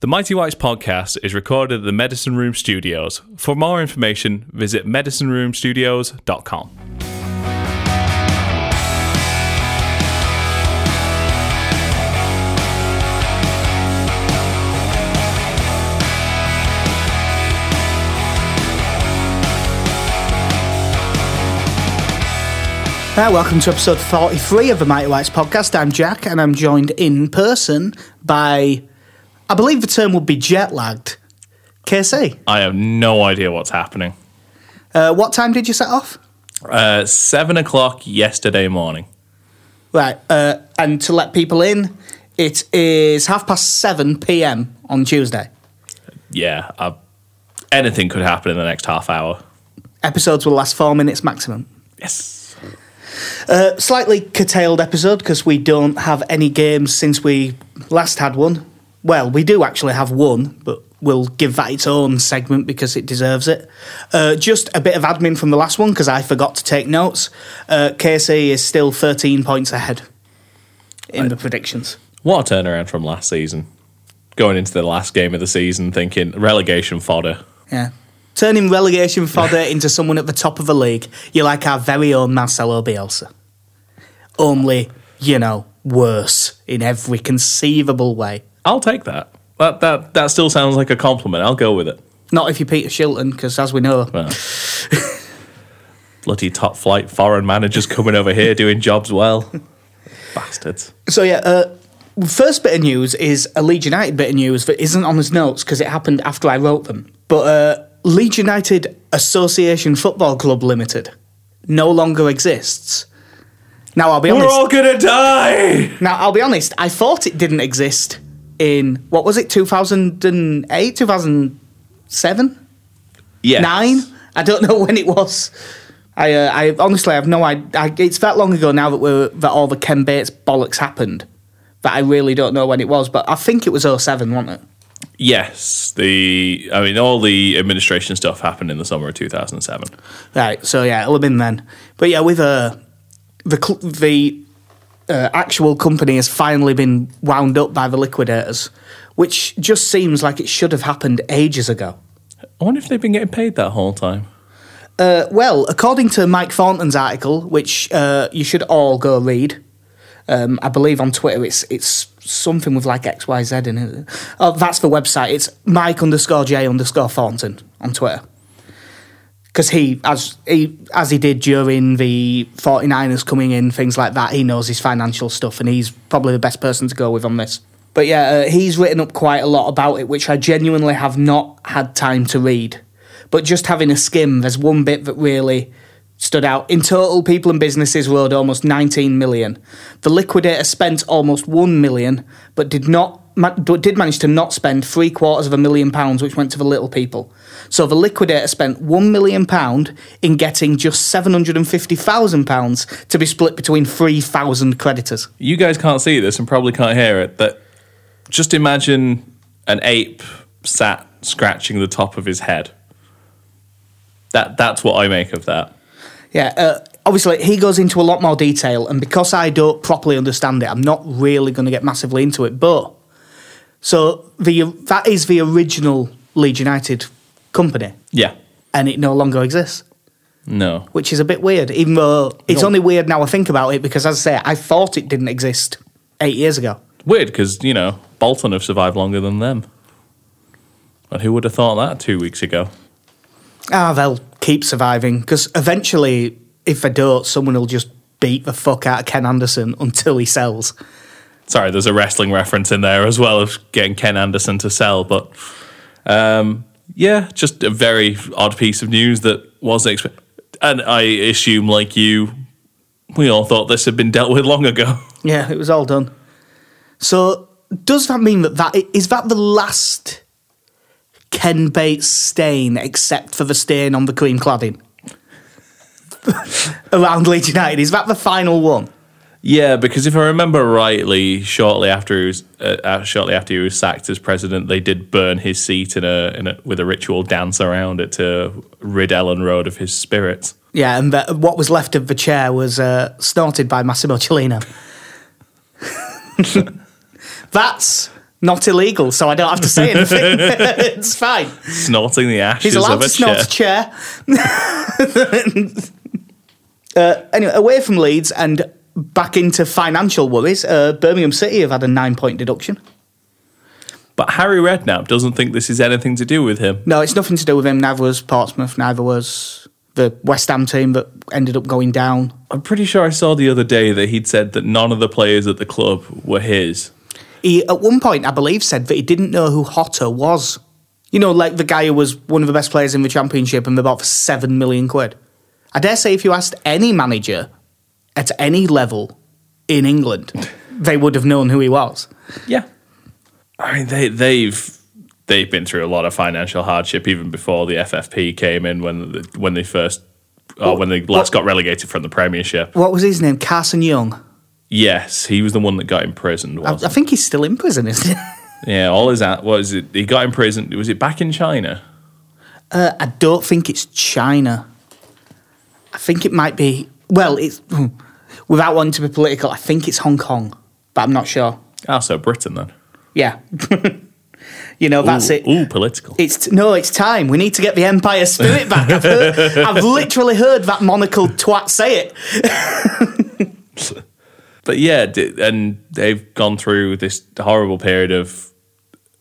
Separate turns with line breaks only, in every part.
The Mighty Whites podcast is recorded at the Medicine Room Studios. For more information, visit medicineroomstudios.com.
Hi, Uh, welcome to episode 43 of the Mighty Whites podcast. I'm Jack and I'm joined in person by, I believe the term would be jet lagged, KC.
I have no idea what's happening.
Uh, what time did you set off?
Uh, seven o'clock yesterday morning.
Right, uh, and to let people in, it is half past 7 pm on Tuesday.
Yeah, I, anything could happen in the next half hour.
Episodes will last four minutes maximum.
Yes.
Uh, slightly curtailed episode because we don't have any games since we last had one. Well, we do actually have one, but we'll give that its own segment because it deserves it. Uh, just a bit of admin from the last one because I forgot to take notes. Uh, KC is still 13 points ahead in the predictions.
What a turnaround from last season. Going into the last game of the season thinking relegation fodder.
Yeah. Turning relegation fodder into someone at the top of the league, you're like our very own Marcelo Bielsa. Only, you know, worse in every conceivable way.
I'll take that. That, that. that still sounds like a compliment. I'll go with it.
Not if you're Peter Shilton, because as we know,
Well, bloody top flight foreign managers coming over here doing jobs well. Bastards.
So yeah, uh, first bit of news is a Leeds United bit of news that isn't on his notes because it happened after I wrote them. But uh, Leeds United Association Football Club Limited no longer exists. Now I'll be
We're
honest.
all gonna die!
now I'll be honest. I thought it didn't exist in what was it, two thousand and eight, two thousand seven.
Yeah.
nine. I don't know when it was. I, uh, I honestly have no idea. It's that long ago now that we're that all the Ken Bates bollocks happened that I really don't know when it was. But I think it was 07, wasn't it?
Yes. The I mean all the administration stuff happened in the summer of two thousand and seven.
Right. So yeah, it'll have been then. But yeah, with uh, the cl- the uh, actual company has finally been wound up by the liquidators, which just seems like it should have happened ages ago.
I wonder if they've been getting paid that whole time.
Well, according to Mike Thornton's article, which uh, you should all go read, um, I believe on Twitter it's it's something with like XYZ in it. Oh, that's the website. It's Mike underscore J underscore Thornton on Twitter. Because he, as he as he did during the 49ers coming in, things like that, he knows his financial stuff and he's probably the best person to go with on this. But yeah, uh, he's written up quite a lot about it, which I genuinely have not had time to read. But just having a skim, there's one bit that really stood out. In total, people and businesses were owed almost 19 million. The liquidator spent almost 1 million, but did not ma- but did manage to not spend three quarters of a million pounds, which went to the little people. So the liquidator spent 1 million pound in getting just 750,000 pounds to be split between 3,000 creditors.
You guys can't see this and probably can't hear it, but just imagine an ape sat scratching the top of his head. That that's what I make of that.
Yeah, uh, obviously he goes into a lot more detail, and because I don't properly understand it, I'm not really going to get massively into it. But so the that is the original Leeds United company,
Yeah.
and it no longer exists,
No.
which is a bit weird. Even though it's only weird now I think about it, because as I say, I thought it didn't exist eight years ago.
Weird because, you know, Bolton have survived longer than them. And who would have thought that two weeks ago?
Ah, they'll keep surviving because eventually, if they don't, someone will just beat the fuck out of Ken Anderson until he sells.
Sorry, there's a wrestling reference in there as well of getting Ken Anderson to sell, but um, yeah, just a very odd piece of news that wasn't expected. And I assume, like you, we all thought this had been dealt with long ago.
Yeah, it was all done. So does that mean that that is that the last Ken Bates stain, except for the stain on the cream cladding around Leeds United? Is that the final one?
Yeah, because if I remember rightly, shortly after he was uh, uh, shortly after he was sacked as president, they did burn his seat in a, in a with a ritual dance around it to rid Ellen Road of his spirits.
Yeah, and the, what was left of the chair was uh, snorted by Massimo Cellino. That's Not illegal, so I don't have to say anything. it's fine.
snorting the ashes
He's allowed
of
to
a
snort
chair.
a chair. uh, anyway, away from Leeds and back into financial worries, uh, Birmingham City have had a nine point deduction.
But Harry Redknapp doesn't think this is anything to do with him.
No, it's nothing to do with him. Neither was Portsmouth, neither was the West Ham team that ended up going down.
I'm pretty sure I saw the other day that he'd said that none of the players at the club were his.
He, at one point, I believe, said that he didn't know who Hotter was. You know, like the guy who was one of the best players in the championship and they bought for seven million quid. I dare say, if you asked any manager at any level in England, they would have known who he was.
Yeah. I mean they they've they've been through a lot of financial hardship even before the FFP came in when the, when they first or when they last got relegated from the Premiership.
What was his name? Carson Young.
Yes, he was the one that got imprisoned.
I, I
Wasn't he?
think he's still in prison, isn't he?
Yeah, all his at what is it? He got imprisoned. Was it back in China?
Uh, I don't think it's China. I think it might be. Well, it's hmm, without wanting to be political. I think it's Hong Kong, but I'm not sure.
Ah, so Britain then.
Yeah, you know that's
ooh,
it.
Ooh, political.
It's no, it's time. We need to get the Empire spirit back. I've, heard, I've literally heard that monocled twat say it.
but yeah, d- and they've gone through this horrible period of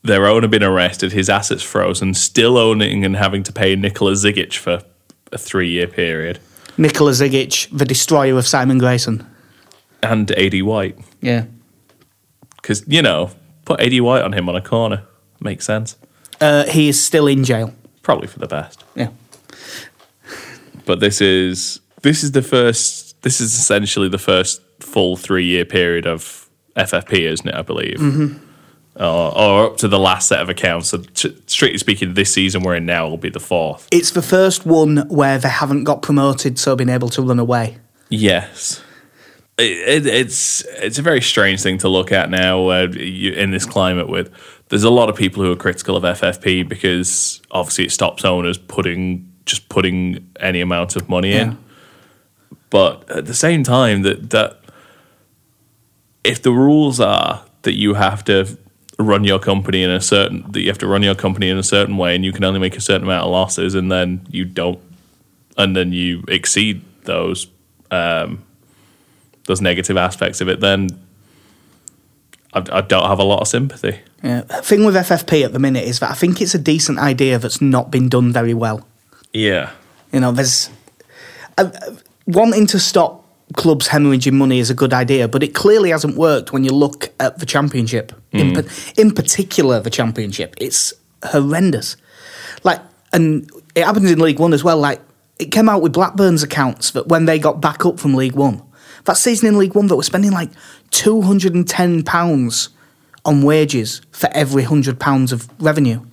their owner being arrested, his assets frozen, still owning and having to pay Nikola Zigic for a three-year period,
Nikola Zigic, the destroyer of Simon Grayson.
and AD White
Yeah.
because you know put AD White on him on a corner makes sense,
Uh, he is still in jail.
probably for the best.
Yeah.
But this is this is the first. This is essentially the first full three-year period of FFP, isn't it? I believe. Or, or up to the last set of accounts. So, t- strictly speaking, this season we're in now will be the fourth.
It's the first one where they haven't got promoted, so been able to run away.
Yes. It, it, it's it's a very strange thing to look at now uh, you, in this climate. With there's a lot of people who are critical of FFP because obviously it stops owners putting just putting any amount of money
Yeah.
in. But at the same time, that that if the rules are that you have to run your company in a certain that you have to run your company in a certain way and you can only make a certain amount of losses and then you don't and then you exceed those um, those negative aspects of it, then I, I don't have a lot of sympathy.
Yeah. Thing with FFP at the minute is that I think it's a decent idea that's not been done very well.
Yeah,
You know, there's uh, uh, wanting to stop clubs hemorrhaging money is a good idea, but it clearly hasn't worked when you look at the championship, in, pa- in particular the championship. It's horrendous. Like, and it happens in League One as well. Like, it came out with Blackburn's accounts that when they got back up from League One, that season in League One, that were spending like two hundred and ten pounds on wages for every hundred pounds of revenue.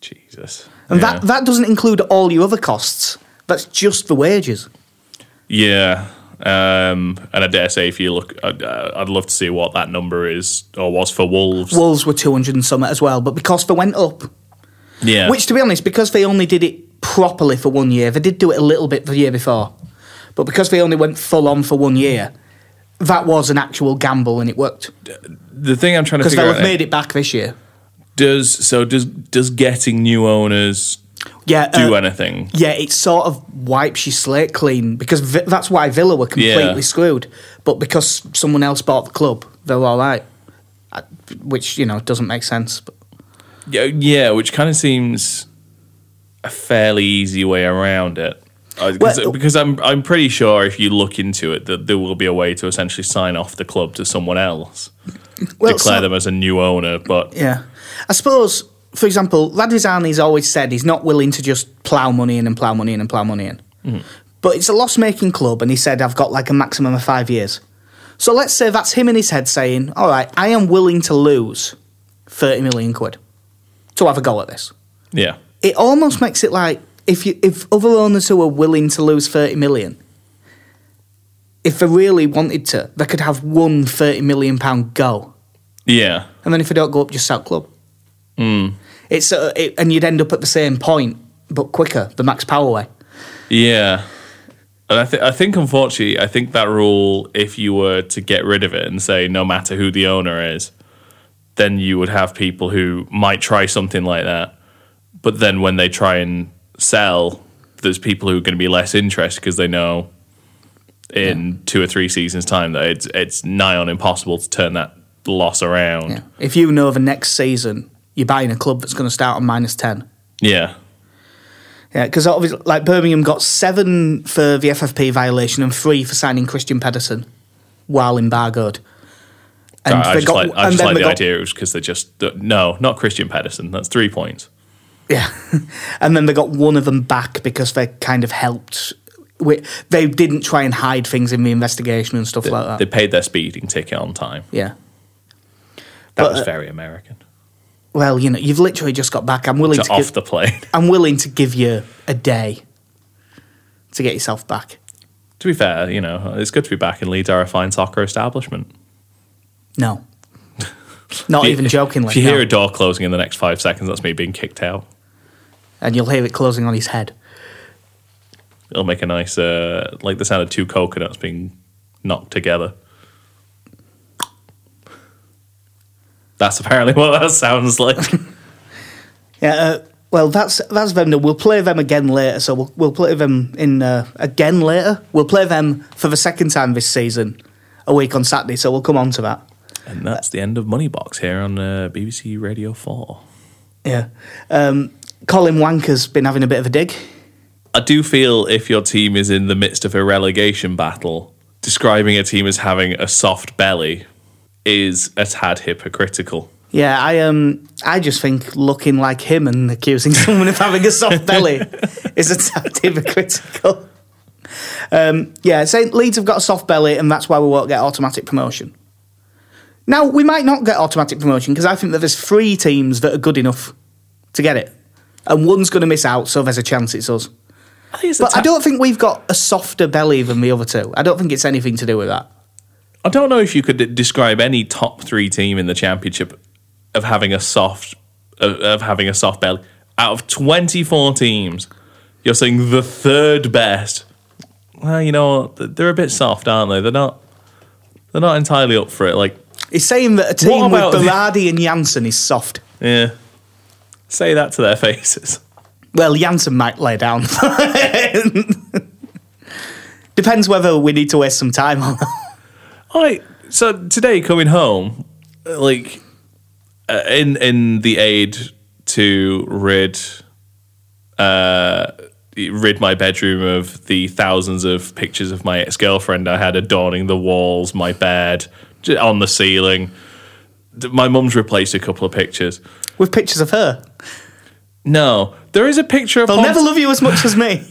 Jesus.
And
yeah.
that, that doesn't include all your other costs. That's just the wages.
yeah. Um, and I dare say, if you look, I'd, uh, I'd love to see what that number is or was for Wolves.
Wolves were 200 and some as well, but because they went up,
yeah,
which to be honest, because they only did it properly for one year, they did do it a little bit the year before, but because they only went full on for one year, that was an actual gamble and it worked.
the thing I'm trying to
Because
figure
they'll
out
have made it back this year.
does so does does getting new owners
Yeah. uh,
do anything?
yeah, it sort of wipes your slate clean because vi- that's why Villa were completely
Yeah.
screwed. But because someone else bought the club, they were all right, I- which you know doesn't make sense. But
Yeah, yeah, which kind of seems a fairly easy way around it. Uh, 'cause-
Well-
because I'm I'm pretty sure if you look into it that there will be a way to essentially sign off the club to someone else,
Well,
declare
so-
them as a new owner. But
Yeah. I suppose, for example, Radvizani's always said he's not willing to just plough money in and plough money in and plough money in. But it's a loss making club, and he said, I've got like a maximum of five years. So let's say that's him in his head saying, All right, I am willing to lose 30 million quid to have a go at this.
yeah,
It almost makes it like if, you, if other owners who are willing to lose 30 million, if they really wanted to, they could have one 30 million pound go
yeah,
and then if they don't go up, just sell club.
Hmm.
It's uh, it, and you'd end up at the same point, but quicker. The max power way.
yeah. And I, th- I think unfortunately, I think that rule, if you were to get rid of it and say no matter who the owner is, then you would have people who might try something like that, but then when they try and sell, there's people who are going to be less interested because they know in two or three seasons' time that it's it's nigh on impossible to turn that loss around.
Yeah. If you know the next season you're buying a club that's going to start on minus ten,
yeah.
yeah, because obviously, like Birmingham got seven for the FFP violation and three for signing Christian Pedersen while embargoed. And
I, I
they
just
got-
like, I
and
just
then
like
they
the
got-
idea it was because they just no, not Christian Pedersen. That's three points.
Yeah, and then they got one of them back because they kind of helped. wi- They didn't try and hide things in the investigation and stuff like that.
They paid their speeding ticket on time.
yeah.
That
But,
was
uh,
very American.
Well, you know, you've literally just got back. I'm willing
To
to,
off
give,
the plane.
I'm willing to give you a day to get yourself back.
to be fair, you know, it's good to be back in Leeds, our fine soccer establishment.
No, not even
If
jokingly.
you
no.
hear a door closing in the next five seconds, that's me being kicked out.
and you'll hear it closing on his head.
It'll make a nice, uh, like the sound of two coconuts being knocked together. That's apparently what that sounds like.
Yeah. Uh, well, that's that's them. We'll play them again later. So we'll we'll play them in uh, again later. We'll play them for the second time this season, a week on Saturday. So we'll come on to that.
and that's the end of Moneybox here on uh, BBC Radio 4.
Yeah. Um, Colin Wanker's been having a bit of a dig.
I do feel if your team is in the midst of a relegation battle, describing a team as having a soft belly is a tad hypocritical.
Yeah, I um, I just think looking like him and accusing someone of having a soft belly is a tad hypocritical. Um, yeah, Saint Leeds have got a soft belly, and that's why we won't get automatic promotion. Now we might not get automatic promotion because I think that there's three teams that are good enough to get it, and one's going to miss out, so there's a chance it's us.
I think it's a
But I
tad-
don't think we've got a softer belly than the other two. I don't think it's anything to do with that.
I don't know if you could d- describe any top three team in the championship of having a soft of, of having a soft belly. Out of twenty four teams, you're saying the third best. Well, you know what? Th- they're a bit soft, aren't they? They're not. They're not entirely up for it. Like,
He's saying that a team with
about the-
Berardi and Janssen is soft.
yeah, say that to their faces.
Well, Janssen might lay down. Depends whether we need to waste some time on.
All right. So today, coming home, uh, like uh, in in the aid to rid uh, rid my bedroom of the thousands of pictures of my ex girlfriend I had adorning the walls, my bed, j- on the ceiling. D- My mum's replaced a couple of pictures.
With pictures of her,
No, there is a picture of.
they'll
Ponce-
never love you as much as me.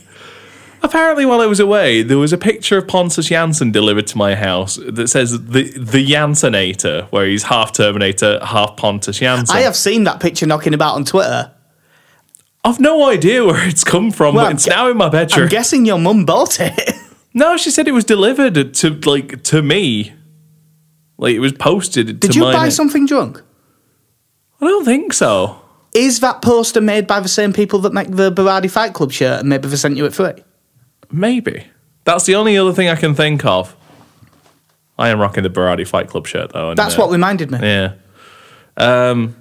Apparently, while I was away, there was a picture of Pontus Janssen delivered to my house that says the the Janssenator, where he's half Terminator, half Pontus Janssen.
I have seen that picture knocking about on Twitter.
I've no idea where it's come from,
Well,
but
I'm
it's
gu-
now in my bedroom.
I'm guessing your mum bought it.
no, she said it was delivered to like to me, like it was posted.
Did
to
you
my
buy
ne-
something drunk?
I don't think so.
Is that poster made by the same people that make the Berardi Fight Club shirt, and maybe they sent you it free?
Maybe that's the only other thing I can think of. I am rocking the Barati Fight Club shirt though. and,
That's
uh,
what reminded me.
Yeah. Um,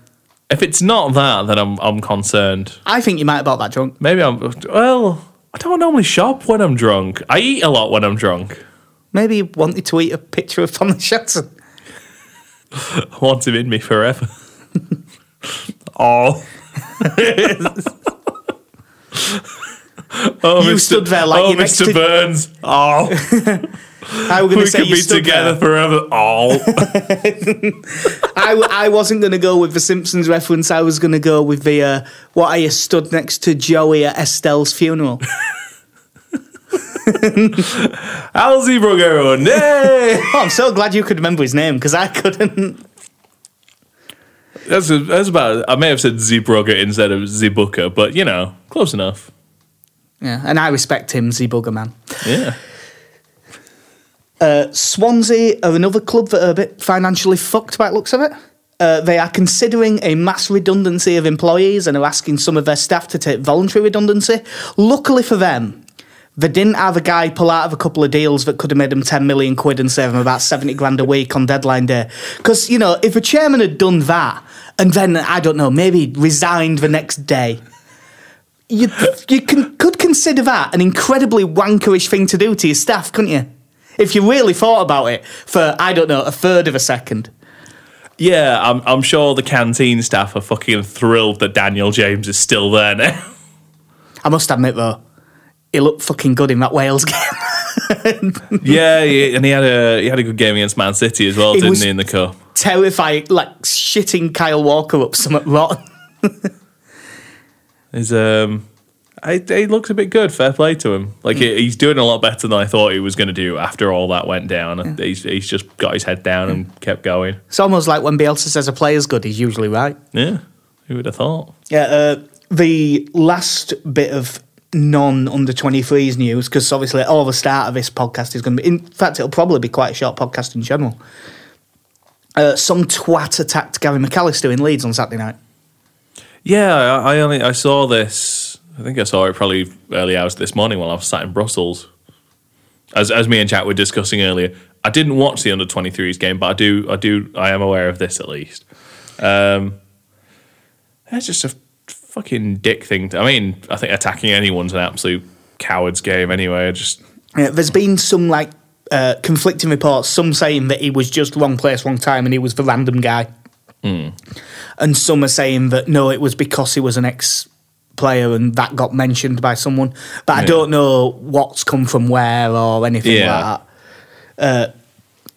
if it's not that, then I'm I'm concerned.
I think you might have bought that drunk.
Maybe I'm. Well, I don't normally shop when I'm drunk. I eat a lot when I'm drunk.
Maybe you wanted to eat a picture of Thomas Shelton.
I want him in me forever. oh. oh,
You stood there like
oh,
you're next
Mr.
to-
Burns. Oh,
I was going
we
to say
could
you
be
stood there.
together forever. Oh,
I, w- I wasn't going to go with the Simpsons reference. I was going to go with the uh, what I stood next to Joey at Estelle's funeral.
Alzi brung everyone. Yay!
oh, I'm so glad you could remember his name because I couldn't.
that's that's about. I may have said Zeebrugger instead of Zeebucker, but you know, close enough.
Yeah, and I respect him, Z Bugger Man.
Yeah.
Uh, Swansea are another club that are a bit financially fucked by the looks of it. Uh, they are considering a mass redundancy of employees and are asking some of their staff to take voluntary redundancy. Luckily for them, They didn't have a guy pull out of a couple of deals that could have made him 10 million quid and save him about 70 grand a week on deadline day. Because, you know, if a chairman had done that and then, I don't know, maybe resigned the next day, you, you can, could consider that an incredibly wankerish thing to do to your staff, couldn't you? If you really thought about it for, I don't know, a third of a second.
Yeah, I'm, I'm sure the canteen staff are fucking thrilled that Daniel James is still there now.
I must admit, though, he looked fucking good in that Wales game.
yeah, he, and he had a he had a good game against Man City as well,
It
didn't
was-
he? In the cup.
Terrifying, like shitting Kyle Walker up somewhat rotten.
Is um, I, he looks a bit good. Fair play to him. Like he-
Mm.
he's doing a lot better than I thought he was going to do after all that went down. He's he's just got his head down and kept going.
It's almost like when Bielsa says a player's good, he's usually right.
Yeah, who would have thought?
Yeah, uh, the last bit of non under 23s news, because obviously all the start of this podcast is going to be, in fact, it'll probably be quite a short podcast in general. Uh, some twat attacked Gary McAllister in Leeds on Saturday night.
Yeah, I, I only I saw this. I think I saw it probably early hours this morning while I was sat in Brussels. As as me and Jack were discussing earlier, I didn't watch the under 23s game, but I do I do I am aware of this at least. Um, that's just a fucking dick thing. To, I mean, I think attacking anyone's an absolute coward's game anyway. I just
Yeah, Uh, there's been some like uh, conflicting reports. Some saying that he was just wrong place, wrong time, and he was the random guy.
Hmm.
And some are saying that no, it was because he was an ex player and that got mentioned by someone. But I
Yeah.
don't know what's come from where or anything
Yeah.
like that. Uh,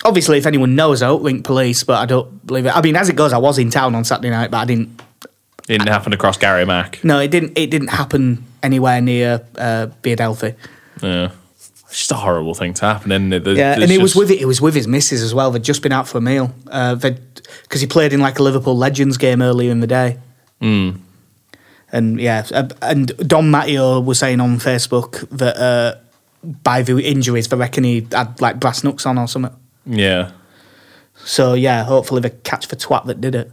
obviously, if anyone knows, I'll link police. But I don't believe it. I mean, as it goes, I was in town on Saturday night, but I didn't
didn't happen across Gary Mack.
no, it didn't. It didn't happen anywhere near uh, Beardalfi.
Yeah. It's just a horrible thing to happen, isn't it? There-
Yeah,
there's
and he was
just-
with it. It was with his missus as well. They'd just been out for a meal. Uh, because he played in like a Liverpool Legends game earlier in the day. And yeah, uh, and Don Matteo was saying on Facebook that uh, by the injuries, they reckon he had like brass knucks on or something.
Yeah.
So yeah, hopefully they catch the twat that did it.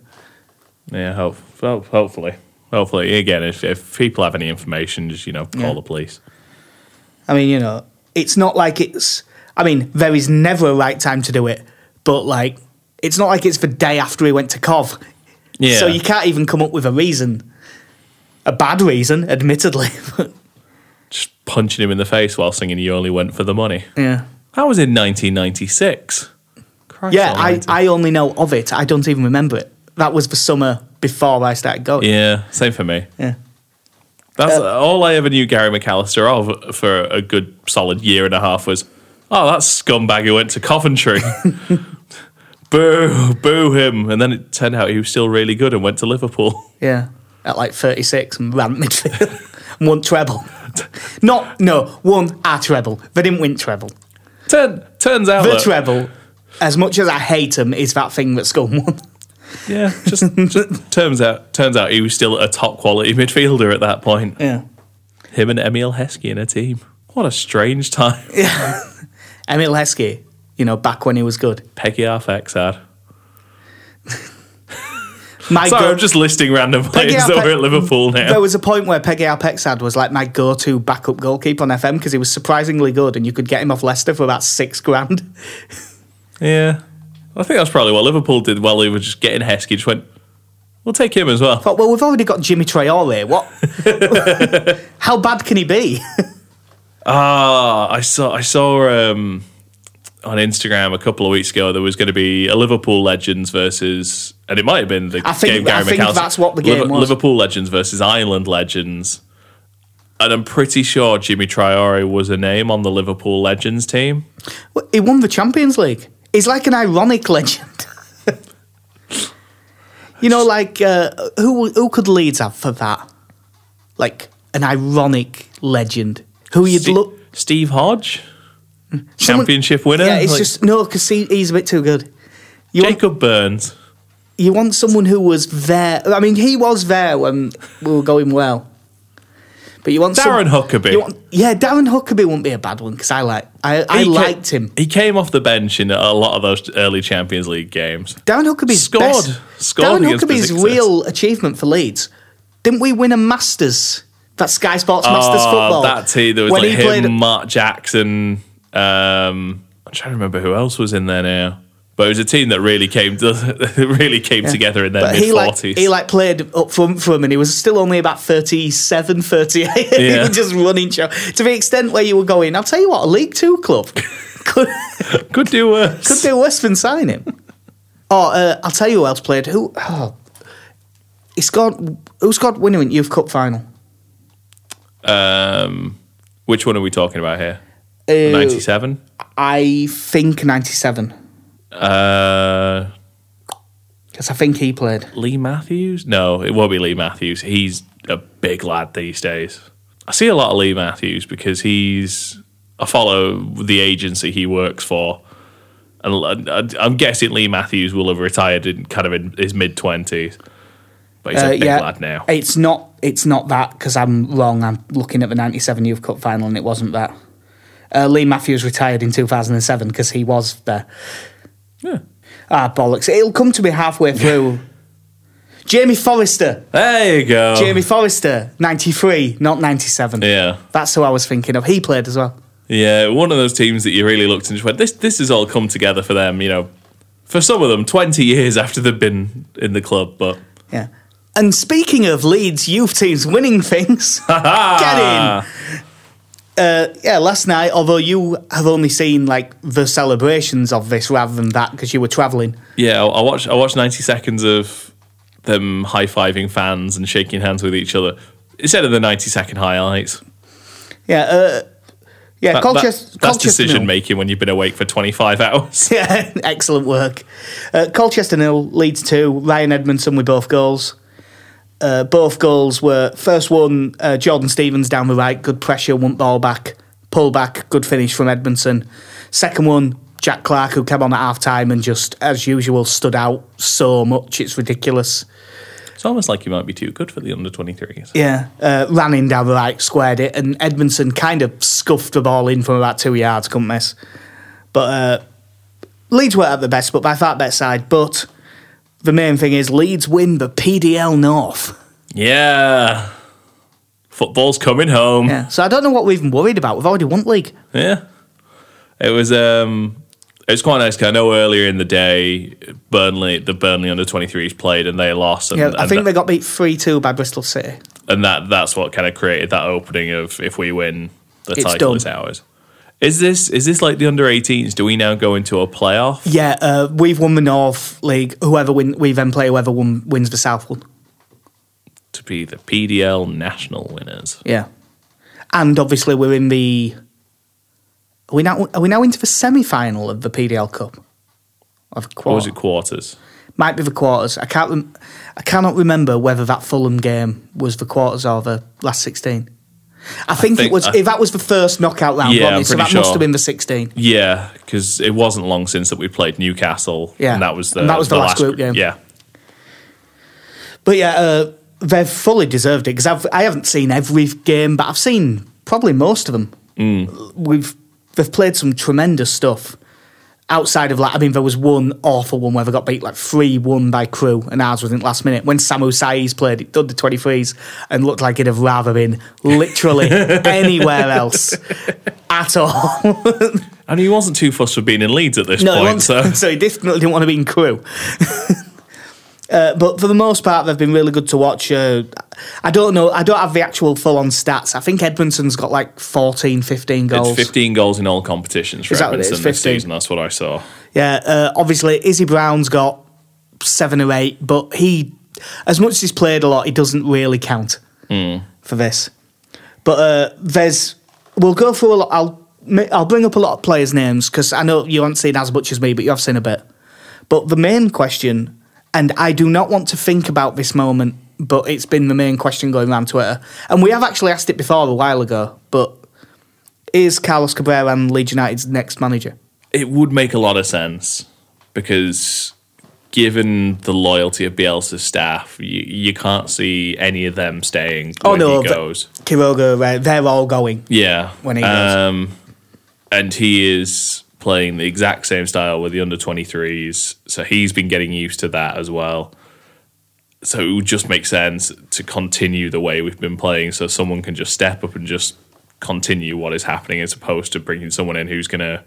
Yeah, hope, hope, hopefully. Hopefully. Again, if, if people have any information, just, you know, call the police.
I mean, you know, it's not like it's. I mean, there is never a right time to do it, but like, it's not like it's the day after he went to Cov.
Yeah.
So you can't even come up with a reason. A bad reason, admittedly.
Just punching him in the face while singing You Only Went for the Money.
yeah.
That was in 1996. Christ
Yeah, I,
almighty.
I only know of it. I don't even remember it. That was the summer before I started going.
Yeah, same for me.
Yeah.
That's
Uh,
all I ever knew Gary McAllister of for a good solid year and a half was, oh, that scumbag who went to Coventry. boo, boo him. And then it turned out he was still really good and went to Liverpool.
Yeah. At like 36 and ran midfield. and won treble. Not, no, won a treble. They didn't win treble.
Turn, turns out
The
that-
treble, as much as I hate them, is that thing that Scum won.
Yeah, just, just turns out turns out he was still a top quality midfielder at that point.
Yeah.
Him and Emil Heskey in a team. What a strange time.
Emil Heskey, you know, back when he was good.
Peggy Arfax had.
My
Sorry,
go-
I'm just listing random
Peggy
players that
Arpe-
were at Liverpool now.
There was a point where Peggy Alpexad was like my go-to backup goalkeeper on FM because he was surprisingly good, and you could get him off Leicester for about six grand.
yeah, I think that's probably what Liverpool did while they were just getting Heskey. Just went, we'll take him as well.
But well, we've already got Jimmy Traore. What? How bad can he be?
Ah, I saw I saw um, on Instagram a couple of weeks ago there was going to be a Liverpool Legends versus, and it might have been the
I think-
game Gary
I think
McAllister-
that's what the game
Liver-
was.
Liverpool Legends versus Ireland Legends, and I'm pretty sure Jimmy Traore was a name on the Liverpool Legends team.
Well, he won the Champions League. He's like an ironic legend. you know, like uh, who who could Leeds have for that? Like an ironic legend who you'd
Ste-
look.
Steve Hodge,
Someone-
championship winner.
Yeah, it's
Like,
just no, because he, he's a bit too good. You want,
Jacob Burns.
you want someone who was there. I mean, he was there when we were going well. But you want
Darren
some,
Huckabee.
you want- yeah, Darren Huckabee won't be a bad one because I like I, I
He ca-
liked him.
He came off the bench in a lot of those early Champions League games.
Darren Huckabee's
Scored.
best-
Scored
Darren
against
Huckabee's
Besiktas.
real achievement for Leeds. Didn't we win a Masters That's Sky Sports Masters
Oh,
football.
That team. There was
When
like
he
him,
played-
Mark Jackson. Um, I'm trying to remember who else was in there now. But it was a team that really came that really came together in their
But
mid
he like,
forties.
he like played up front for him and he was still only about 37, 38. he
Yeah.
was just running show. To the extent where you were going, I'll tell you what, a League Two club could,
Could do worse.
could do worse than sign him. Or uh, I'll tell you who else played. Who oh, he scored, who scored winning in Youth Cup final?
Um, which one are we talking about here?
Uh,
Ninety-seven.
I think 97.
Uh,
Because I think he played.
Lee Matthews? No, it won't be Lee Matthews. He's a big lad these days. I see a lot of Lee Matthews because he's. I follow the agency he works for, and l- and I'm guessing Lee Matthews will have retired in kind of in his mid twenties, but he's
Uh,
a big
yeah,
lad now.
It's not. It's not that because I'm wrong. I'm looking at the '97 Youth Cup final, and it wasn't that. Uh, Lee Matthews retired in 2007 because he was there.
Yeah.
Ah, bollocks! It'll come to me halfway through. Jamie Forrester.
There you go.
Jamie Forrester, 93, not 97.
Oh. Yeah,
That's who I was thinking of. He played as well.
yeah. One of those teams that you really looked and just went, "This, this has all come together for them." You know, for some of them, twenty years after they've been in the club, but
Yeah. And speaking of Leeds youth teams winning things, get in. uh, yeah, last night, although you have only seen like the celebrations of this rather than that because you were travelling.
Yeah, I I watched I watched ninety seconds of them high fiving fans and shaking hands with each other instead of the ninety second highlights.
Yeah, uh, yeah,
That- that-
Colchester.
that's
Colchester
decision
nil.
making when you've been awake for twenty five hours.
Yeah, excellent work. Uh, Colchester nil leads two. Ryan Edmondson with both goals. Uh, both goals were first one uh, Jordan Stevens down the right, good pressure, one ball back, pull back, good finish from Edmondson. Second one Jack Clark who came on at half time and just as usual stood out so much it's ridiculous.
it's almost like you might be too good for the under twenty threes.
Yeah, uh, ran in down the right, squared it, and Edmondson kind of scuffed the ball in from about two yards, couldn't miss. But uh, Leeds weren't at the best, but by far better side. But the main thing is Leeds win the PDL North.
Yeah, football's coming home.
Yeah, so I don't know what we're even worried about. We've already won the league.
Yeah. It was um it was quite nice 'cause I know earlier in the day Burnley the Burnley under 23s played and they lost and,
Yeah, I
and
think
tha-
they got beat three two by Bristol City.
and that that's what kind of created that opening of if we win the
It's
title
done.
is ours. Is this is this like the under 18s? Do we now go into a playoff?
Yeah, uh, we've won the North League. Whoever win, we then play whoever won, wins the South one.
To be the PDL national winners.
Yeah, and obviously we're in the. Are we now are we now into the semi final of the PDL Cup? Of
Or was
quarter
it quarters?
might be the quarters. I can't. Rem- I cannot remember whether that Fulham game was the quarters or the last sixteen. I think,
think-
it was.
I-
if that was the first knockout round,
Yeah,
wasn't
I'm
it? so
pretty
that must
sure.
have been the sixteen.
Yeah, because it wasn't long since that we played Newcastle.
Yeah.
And that was the,
And that was the last group game.
Yeah.
But yeah, uh, they've fully deserved it because I've I haven't seen every game, but I've seen probably most of them. We've they've played some tremendous stuff. Outside of like, I mean, there was one awful one where they got beat like three one by Crew, and ours was in the last minute when Samu Saiz played it under twenty threes and looked like he'd have rather been literally anywhere else at all.
And he wasn't too fussed for being in Leeds at this
No, he
point.
wants-
So
he definitely didn't want to be in crew. Uh, but for the most part, they've been really good to watch. Uh, I don't know. I don't have the actual full-on stats. I think Edmondson's got like 14, 15 goals.
It's 15 goals in all competitions for
Is that what it is?
Edmondson this
15?
season. That's what I saw.
Yeah. Uh, obviously, Izzy Brown's got seven or eight, but he, as much as he's played a lot, he doesn't really count for this. But uh, there's, we'll go through a lot. I'll ma- I'll bring up a lot of players' names because I know you haven't seen as much as me, but you have seen a bit. But the main question, and I do not want to think about this moment, but it's been the main question going around Twitter, and we have actually asked it before a while ago. But is Carlos Cabrera and Leeds United's next manager?
It would make a lot of sense because given the loyalty of Bielsa's staff, you, you can't see any of them staying
Oh,
when
no,
he
but-
goes.
Quiroga, right, they're all going.
yeah.
when he goes.
um, And he is playing the exact same style with the under 23s. So he's been getting used to that as well. so it would just make sense to continue the way we've been playing so someone can just step up and just continue what is happening as opposed to bringing someone in who's going to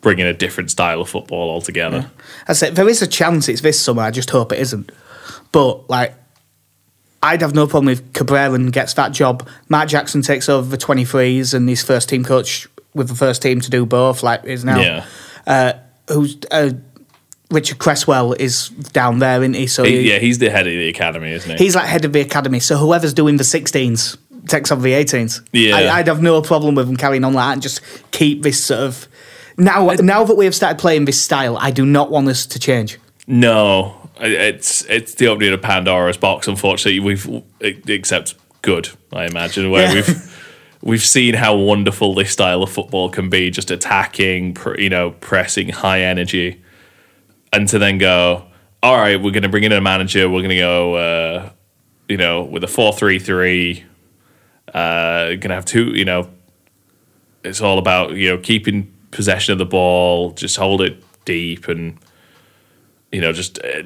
bring in a different style of football altogether.
I said there is a chance it's this summer. I just hope it isn't. But like, I'd have no problem if Cabreran gets that job. Matt Jackson takes over the twenty threes and he's first team coach with the first team to do both. Like is now.
Yeah.
Who's uh, Richard Cresswell is down there, isn't he? So
He-
he-
yeah, he's the head of the academy, isn't he?
he's like head of the academy. So whoever's doing the sixteens takes over the eighteens.
Yeah.
I, I'd have no problem with him carrying on like that and just keep this sort of. Now, now that we have started playing this style, I do not want this to change.
No, I- it's it's the opening of Pandora's box. Unfortunately, we've e, except good, I imagine, where
Yeah.
we've we've seen how wonderful this style of football can be, just attacking, pr- you know, pressing, high energy, and to then go, all right, we're going to bring in a manager, we're going to go, uh, you know, with a four-three-three, uh, going to have two, you know, it's all about you know keeping possession of the ball, just hold it deep, and you know just uh,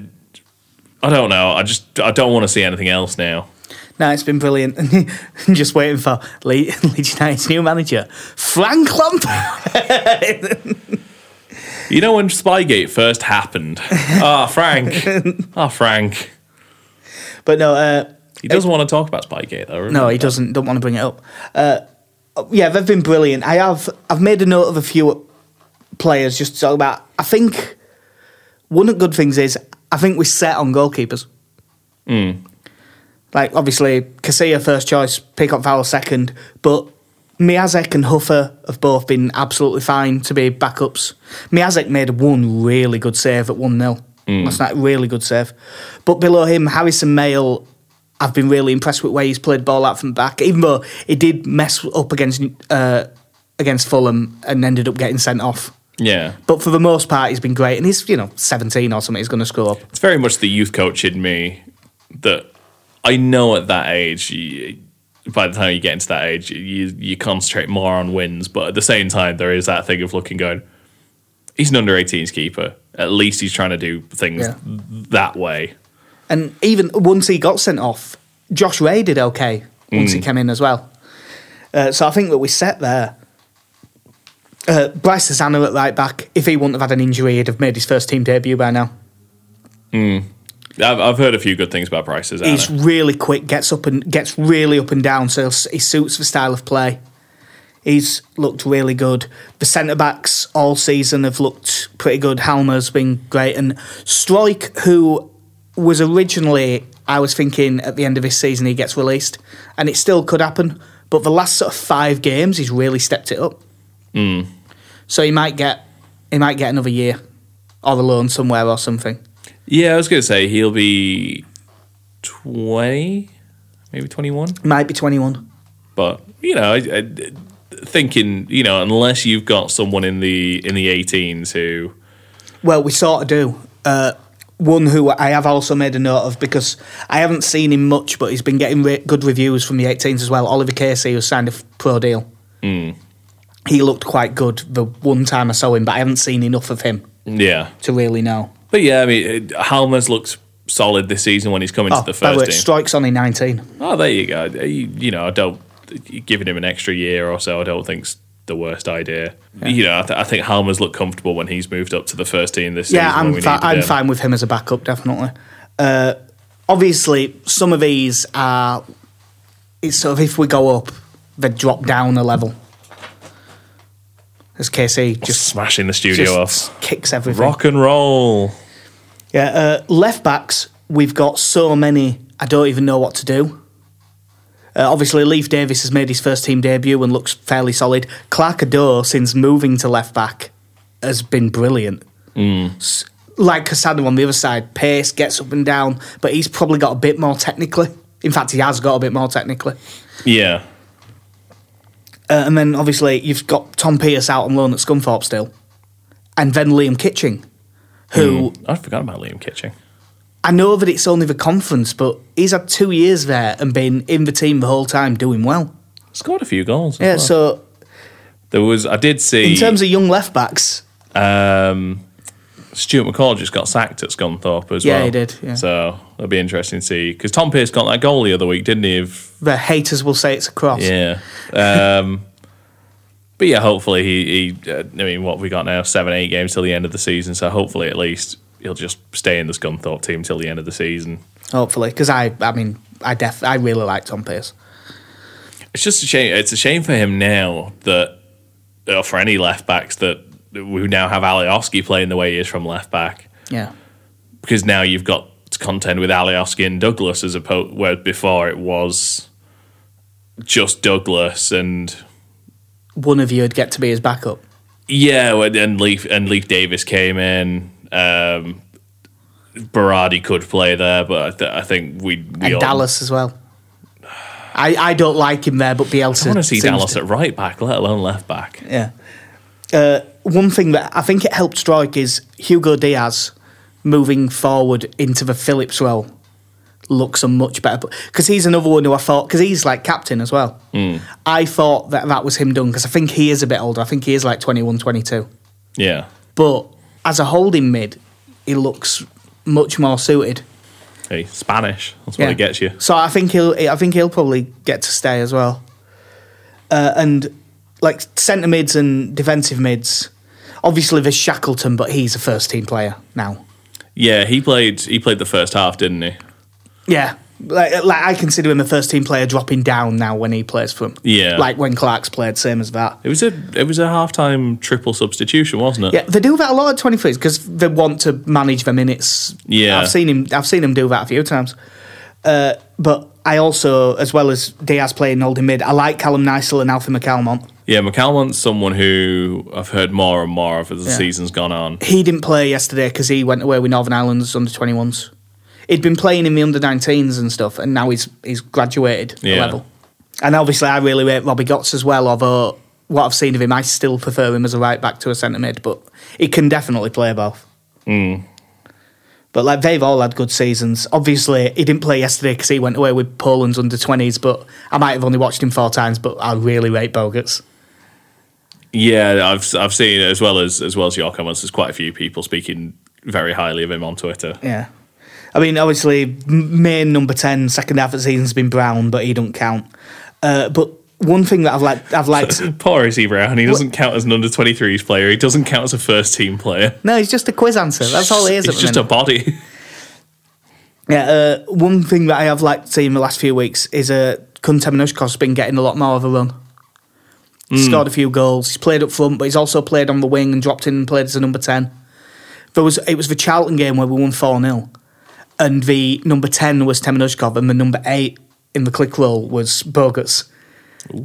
I don't know. I just I don't want to see anything else now.
No, it's been brilliant. just waiting for Le- Leeds United's new manager, Frank Lampard.
You know when Spygate first happened? Ah, Frank. Ah, Frank.
but no, uh,
He doesn't want to talk about Spygate though.
no, he doesn't. Don't want to bring it up. Uh, yeah, they've been brilliant. I have. I've made a note of a few players just to talk about. I think one of the good things is I think we're set on goalkeepers. Like obviously Casilla first choice, Peacock Fowler second, but Miazek and Huffer have both been absolutely fine to be backups. Miazek made one really good save at one 0 last night, really good save. But below him, Harrison Mail. I've been really impressed with where he's played ball out from back, even though he did mess up against uh, against Fulham and ended up getting sent off.
Yeah,
But for the most part, he's been great, and he's you know seventeen or something. He's going to score.
it's very much the youth coach in me that I know at that age. You, by the time you get into that age, you you concentrate more on wins, but at the same time, there is that thing of looking going. He's an under 18s keeper. At least he's trying to do things
Yeah.
that way.
And even once he got sent off, Josh Ray did okay once he came in as well. Uh, so I think that we set there. Uh, Bryce Susanna at right back. If he wouldn't have had an injury, he'd have made his first team debut by now.
I've, I've heard a few good things about prices.
He's really quick, gets up and gets really up and down, so he suits the style of play. He's looked really good. The centre backs all season have looked pretty good. Halmer's been great, and Strike, who was originally I was thinking at the end of his season he gets released, and it still could happen. But the last sort of five games, he's really stepped it up. So he might get he might get another year or a loan somewhere or something.
Yeah, I was going to say he'll be 20, maybe 21.
Might be twenty one.
But, you know, I, I, thinking, you know, unless you've got someone in the in the 18s who
Well, we sort of do. Uh, one who I have also made a note of because I haven't seen him much, but he's been getting re- good reviews from the 18s as well. Oliver Casey, who signed a f- pro deal.
Hmm.
He looked quite good the one time I saw him, but I haven't seen enough of him
yeah.
to really know.
But yeah, I mean, Halmer's looked solid this season when he's come into the
Oh, by the way,
first team.
strikes only 19.
Oh, there you go. You, you know, I don't giving him an extra year or so. I don't think's the worst idea. You know, I, th- I think Halmer's looked comfortable when he's moved up to the first team this
Yeah,
season. when
I'm,
we
fi-
needed
I'm
him.
fine with him as a backup, definitely. Uh, obviously, some of these are. It's sort of if we go up, they drop down a level. As Casey just
Smashing the studio off.
just kicks everything.
Rock and roll.
Yeah, uh, left backs. We've got so many. I don't even know what to do. Uh, obviously, Leaf Davis has made his first team debut and looks fairly solid. Clark Ado, since moving to left back, has been brilliant. S- Like Casado on the other side, pace gets up and down, but he's probably got a bit more technically. In fact, he has got a bit more technically.
Yeah.
Uh, and then obviously you've got Tom Pierce out on loan at Scunthorpe still, and then Liam Kitching, who
I forgot about Liam Kitching.
I know that it's only the conference, but he's had two years there and been in the team the whole time, doing well.
Scored a few goals. as
Yeah.
well.
So
there was I did see
in terms of young left backs,
um Stuart McCall just got sacked at Scunthorpe as
Yeah,
well.
he did, yeah.
So That'll be interesting to see because Tom Pierce got that goal the other week, didn't he? Of-
The haters will say it's a cross.
yeah. Um, but yeah, hopefully he. he uh, I mean, what have we got now? Seven, eight games till the end of the season. So hopefully, at least he'll just stay in the Scunthorpe team till the end of the season.
Hopefully, because I, I mean, I def, I really like Tom Pierce.
It's just a shame. It's a shame for him now that, or for any left backs that we now have Alioski playing the way he is from left back.
Yeah,
because now you've got to contend with Alioski and Douglas as opposed where before it was just Douglas and
one of you would get to be his backup.
yeah and- and Leaf and Leaf Davis came in um Berardi could play there but I, th- I think we, we
and
all-
Dallas as well. I, I don't like him there, but Bielsa.
I want to see
seems
Dallas at right back let alone left back
yeah. Uh, one thing that I think it helped Strike is Hugo Diaz moving forward into the Phillips role looks a much better because he's another one who I thought because he's like captain as well. I thought that that was him done because I think he is a bit older. I think he is like 21, 22.
yeah
But as a holding mid, he looks much more suited.
hey Spanish that's what it gets you
So I think he'll. I think he'll probably get to stay as well. Uh, and like centre mids and defensive mids, obviously there's Shackleton, but he's a first team player now.
yeah he played he played the first half didn't he
Yeah, like, like I consider him a first team player dropping down now when he plays for him.
Yeah.
like when Clark's played, same as that.
it was a it was a half time triple substitution wasn't it
Yeah, they do that a lot at twenty threes because they want to manage their minutes.
Yeah.
I've seen him. I've seen him do that a few times. Uh, but I also, as well as Diaz playing holding mid, I like Callum Nicel and Alfie McCalmont.
Yeah, McAlmont's someone who I've heard more and more of as the
Yeah.
season's gone on.
he didn't play yesterday because he went away with Northern Ireland's under 21s. He'd been playing in the under 19s and stuff, and now he's he's graduated the
Yeah.
level. And obviously, I really rate Robbie Gotts as well. Although what I've seen of him, I still prefer him as a right back to a centre mid, but he can definitely play both. But like they've all had good seasons. Obviously, he didn't play yesterday because he went away with Poland's under 20s. But I might have only watched him four times, but I really rate Bogarts.
Yeah, I've I've seen as well as as well as your comments. There's quite a few people speaking very highly of him on Twitter.
Yeah. I mean, obviously, m- main number 10, second half of the season's been Brown, but he don't count. Uh, but one thing that I've liked, I've liked,
Poor Izzy Brown. He doesn't count as an under 23s player. He doesn't count as a first team player.
no, he's just a quiz answer. That's all he is.
He's
at
just
the
a body.
minute. yeah. Uh, one thing that I have liked seeing the last few weeks is uh, Kunteminoshkov's been getting a lot more of a run.
Hmm.
Scored a few goals. He's played up front, but he's also played on the wing and dropped in and played as a number ten. There was it was the Charlton game where we won four 0 and the number ten was Temenoshkov, and the number eight in the click roll was Boguts.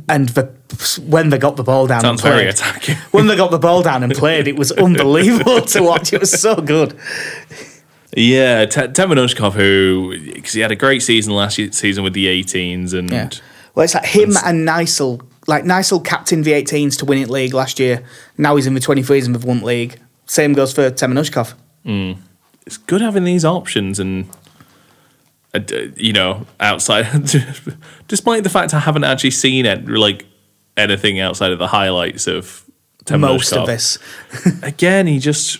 And the, when they got the ball down,
Sounds
and played,
very attacking.
When they got the ball down and played, it was unbelievable to watch. It was so good.
yeah, Te- Temenushkov, who because he had a great season last ye- season with the 18s and
Yeah. Well, it's like him and Nisel. Like Nisel captained the 18s to win it league last year. Now he's in the 23s and they've won league. Same goes for Temenushkov.
it's good having these options and uh, d- you know outside despite the fact i haven't actually seen it like anything outside of the highlights of Tim
Most
Noskov.
of this,
again he just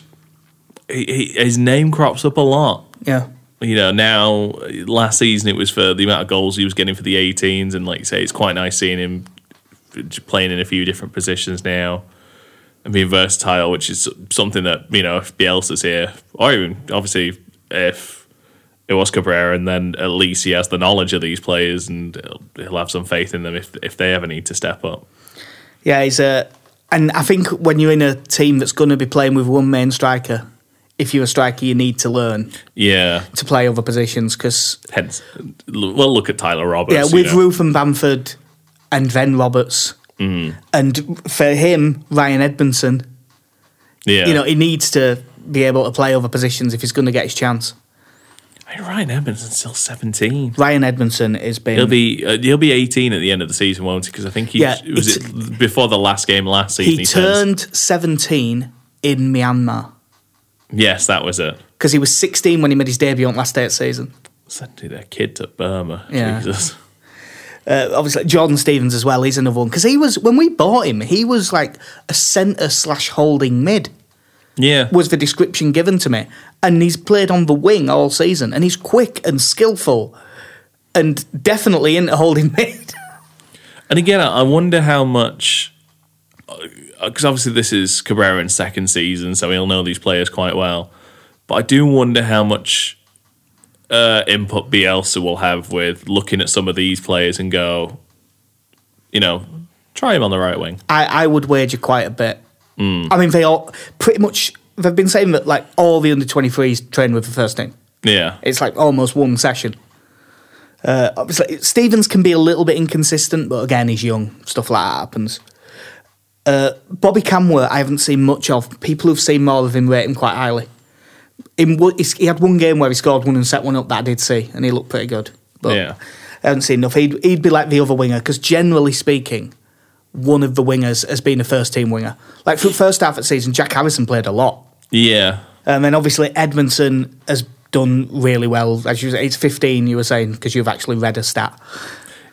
he, he, his name crops up a lot
yeah,
you know now last season it was for the amount of goals he was getting for the 18s and like you say it's quite nice seeing him playing in a few different positions now and being versatile which is something that you know if Bielsa's here or even obviously if it was Cabrera and then at least he has the knowledge of these players and he'll, he'll have some faith in them if if they ever need to step up
yeah. He's a, and I think when you're in a team that's going to be playing with one main striker, if you're a striker, you need to learn
yeah
to play other positions because
hence well look at Tyler Roberts
yeah,
you
with
know.
Ruth and Bamford, and then Roberts,
Mm-hmm.
and for him Ryan Edmondson,
yeah
you know, he needs to be able to play other positions if he's going to get his chance.
Hey, Ryan Edmondson's still 17
Ryan Edmondson is been
He'll be uh, he'll be 18 at the end of the season, won't he? Because I think he
Yeah,
was
it's-
it before the last game last season.
he turned 17 in Myanmar
turns- yes, that was it.
because he was 16 when he made his debut on last day of season.
Sending a kid to Burma.
Yeah.
Jesus.
Uh, obviously, Jordan Stevens as well. He's another one because he was when we bought him, he was like a centre slash holding mid.
Yeah.
was the description given to me. And he's played on the wing all season, and he's quick and skillful, and definitely into holding mid.
And again, I I wonder how much, because obviously this is Cabrera's second season, so he'll know these players quite well. But I do wonder how much uh, input Bielsa will have with looking at some of these players and go, you know, try him on the right wing.
I, I would wager quite a bit.
Hmm.
I mean, they all pretty much they've been saying that like all the under twenty threes train with the first team.
Yeah,
It's like almost one session. Uh, obviously, Stevens can be a little bit inconsistent, but again, he's young. Stuff like that happens. Uh, Bobby Camwer, I haven't seen much of. People who've seen more of him rate him quite highly. In one- he's- he had one game where he scored one and set one up that I did see, and he looked pretty good. But
Yeah.
I haven't seen enough. He'd, he'd be like the other winger, because generally speaking, one of the wingers has been a first team winger. Like for the first half of the season, Jack Harrison played a lot.
yeah,
Um, and obviously, Edmondson has done really well. As you say, it's 15, you were saying, because you've actually read a stat.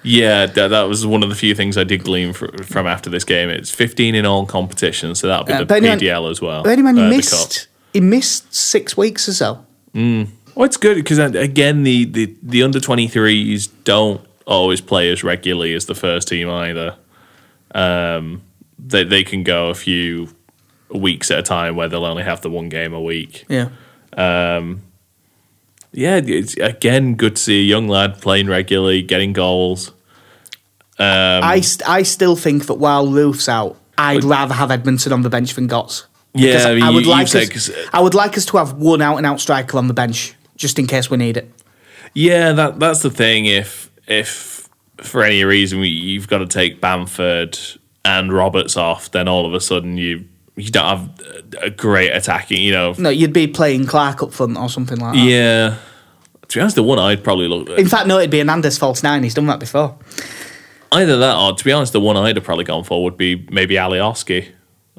yeah. That, that was one of the few things I did glean fr- from after this game. It's 15 in all competitions, so that'll be
Uh,
the
but anyone-
PDL as well.
But anyway,
uh,
he
the cup.
missed, he missed six weeks or so.
Well, it's good because again, the the, the under twenty threes don't always play as regularly as the first team either. Um, they they can go a few weeks at a time where they'll only have the one game a week.
Yeah.
Yeah, it's again good to see a young lad playing regularly, getting goals. Um,
I, st- I still think that while Roof's out, I'd rather have Edmondson on the bench than Gotts.
Yeah,
Because
I mean,
I,
you-
would
you
like
said
us,
'cause- uh,
I would like us to have one out and out striker on the bench just in case we need it.
Yeah, that that's the thing. If if for any reason we, you've got to take Bamford and Roberts off, then all of a sudden you you don't have a a great attacking. You know,
No, you'd be playing Clark up front or something like that.
Yeah. To be honest, the one I'd probably look
In fact, no, it'd be Hernandez false nine. He's done that before.
either that or to be honest, the one I'd have probably gone for would be maybe Alioski.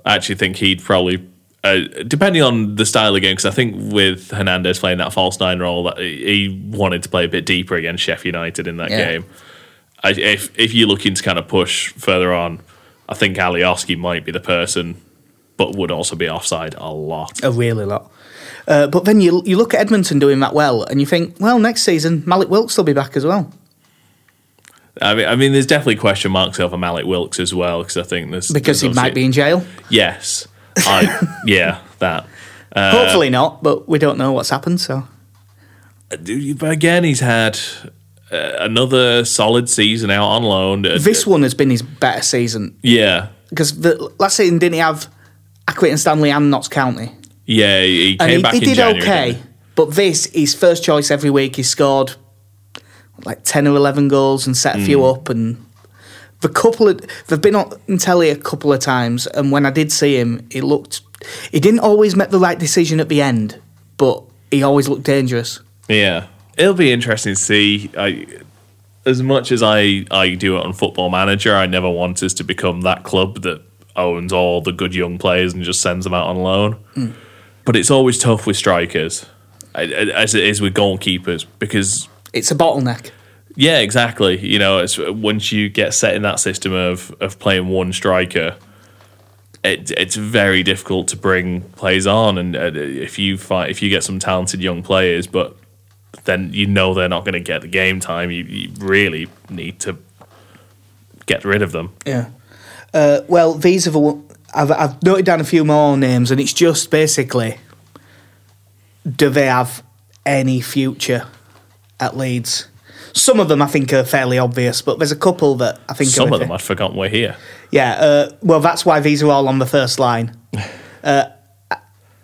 I actually think he'd probably, uh, depending on the style of game, because I think with Hernandez playing that false nine role, that he he wanted to play a bit deeper against Sheffield United in that
Yeah.
game. I, if if you're looking to kind of push further on, I think Alioski might be the person, but would also be offside a lot.
a really lot. Uh, but then you you look at Edmonton doing that well, and you think, well, next season Malik Wilkes will be back as well
I mean, I mean, there's definitely question marks over Malik Wilkes as well because I think there's
because he
there's
might
obviously-
be in jail.
Yes. I yeah, that.
Hopefully not, but we don't know what's happened. So
But again, he's had uh, another solid season out on loan. Uh,
this one has been his better season
yeah,
because the last season didn't he have Acquittan Stanley and Notts County,
yeah, he he
and
came
he,
back
he
in
did
January.
okay.
didn't
But this his first choice every week. He scored like ten or eleven goals and set a
Hmm.
few up and. The couple of, they've been on telly a couple of times, and when I did see him, he looked. He didn't always make the right decision at the end, but he always looked dangerous.
he? Yeah, it'll be interesting to see. I, as much as I I do it on Football Manager, I never want us to become that club that owns all the good young players and just sends them out on loan.
Hmm.
But it's always tough with strikers, I- I- as it is with goalkeepers, because
It's a bottleneck.
Yeah, exactly. You know, it's uh, once you get set in that system of of playing one striker, it, it's very difficult to bring players on. And uh, if you fight, if you get some talented young players, but then you know they're not going to get the game time, you, you really need to get rid of them.
Yeah. Uh, well, these are the. one- I've, I've noted down a few more names, and it's just basically, do they have any future at Leeds? Some of them I think are fairly obvious, but there's a couple that I think
Some
are
of them I'd forgotten were here.
Yeah, uh, well, that's why these are all on the first line. Uh,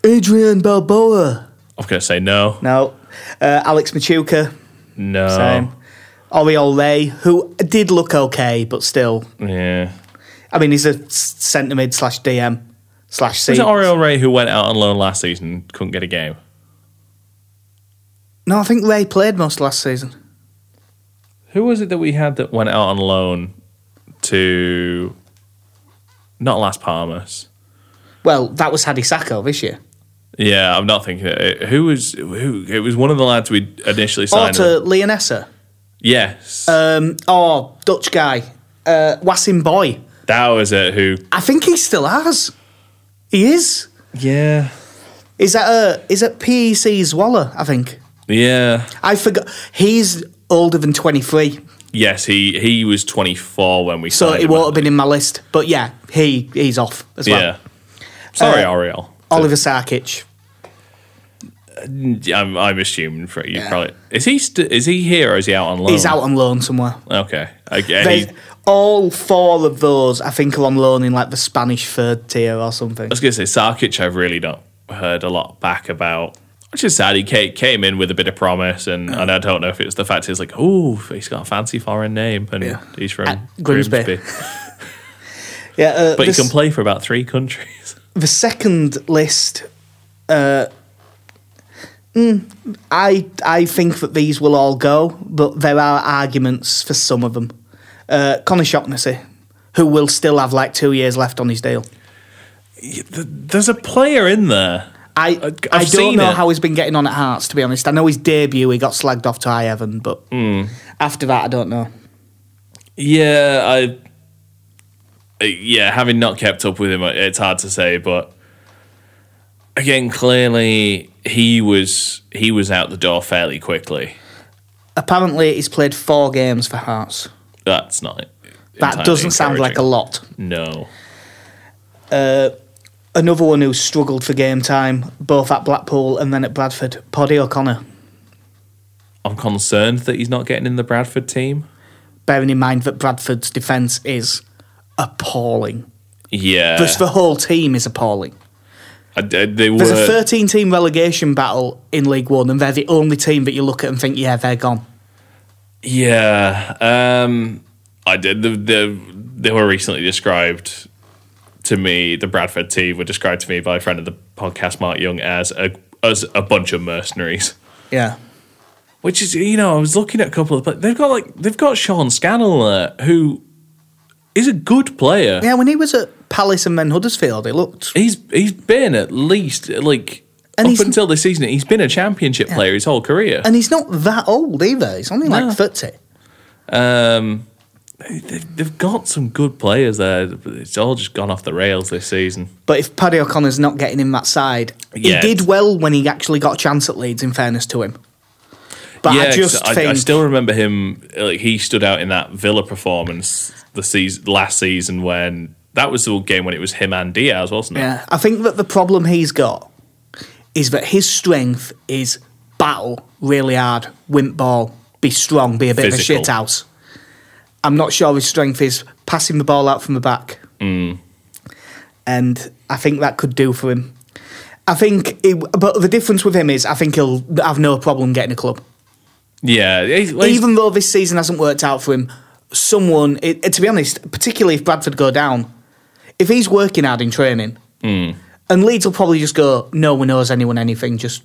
Adrian Balboa.
I'm going to say no,
No. Uh, Alex Machuca.
no,
Same. Oriol Lay, who did look okay, but still.
yeah.
I mean, he's a s- centre mid slash DM slash C.
Was it Oriel Ray who went out on loan last season and couldn't get a game?
no, I think Lay played most last season.
Who was it that we had that went out on loan to not Las Palmas?
Well, that was Hadi Sacco this year.
Yeah, I'm not thinking. It. Who was who? It was one of the lads we initially
Or
signed.
to Leonessa.
yes,
Um, or Dutch guy. Uh, Wassim Boy.
that was it. Who?
I think he still has. He is.
Yeah,
Is that uh, is that PEC's Waller? I think
Yeah.
I forgot. He's older than twenty three,
Yes, he he was 24 when we
so
signed
it
him,
won't
Oh, I
have been in my list. But yeah, he he's off as
think.
well.
Yeah. Sorry,
Uh,
Ariel.
Oliver Sarkic.
I'm, I'm assuming for you
Yeah.
probably is he st- is he here or is he out on loan?
He's out on loan somewhere.
Okay. Again,
They,
he's-
all four of those, I think, are on loan in like the Spanish third tier or something.
I was going to say Sarkic. I've really not heard a lot back about, which is sad. He ca- came in with a bit of promise, and, and I don't know if it's the fact he's like, oh, he's got a fancy foreign name, and
Yeah.
he's from
At
Grimsby,
Grimsby. Yeah, uh,
but
this-
he can play for about three countries.
the second list, uh, mm, I I think that these will all go, but there are arguments for some of them. Uh, Conor Shocknessy, who will still have like two years left on his deal.
There's a player in there.
I
Uh, I've
I
seen
don't know
it.
how he's been getting on at Hearts, to be honest. I know his debut he got slagged off to High Heaven, but
Hmm.
after that I don't know.
Yeah, I. uh, Yeah, having not kept up with him, uh, it's hard to say. But again, clearly he was he was out the door fairly quickly.
Apparently he's played four games for Hearts.
That's not.
That doesn't sound like a lot.
No.
Another one who struggled for game time, both at Blackpool and then at Bradford, Poddy O'Connor.
I'm concerned that he's not getting in the Bradford team.
Bearing in mind that Bradford's defence is appalling.
Yeah.
Just the whole team is appalling.
I- I- they were.
There's a 13 team relegation battle in League One, and they're the only team that you look at and think, yeah, they're gone.
yeah. Um, I did. The, the, they were recently described to me, the Bradford team were described to me by a friend of the podcast, Mark Young, as a, as a bunch of mercenaries.
Yeah.
Which is, you know, I was looking at a couple of. pla- They've got like they've got Sean Scannell there, who is a good player.
Yeah, when he was at Palace and then Huddersfield, it looked.
He's he's been at least like
And
up
he's-
until this season, he's been a championship player his whole career.
And he's not that old either. He's only
No.
like 30.
Um, they've, they've got some good players there, but it's all just gone off the rails this season.
But if Paddy O'Connor's not getting in that side,
Yeah.
he did well when he actually got a chance at Leeds, in fairness to him. But I
'cause
just
I,
think.
I still remember him. Like he stood out in that Villa performance the season last season when that was the game when it was him and Diaz, wasn't it?
Yeah, I think that the problem he's got is that his strength is battle really hard, wimp ball, be strong, be a bit
Physical.
of a shit house. I'm not sure his strength is passing the ball out from the back.
Mm.
And I think that could do for him. I think, it, but the difference with him is I think he'll have no problem getting a club.
Yeah, he's- well, he's-
Even though this season hasn't worked out for him, someone, it, to be honest, particularly if Bradford go down, if he's working hard in training,
Hmm.
and Leeds will probably just go, no one knows anyone anything, just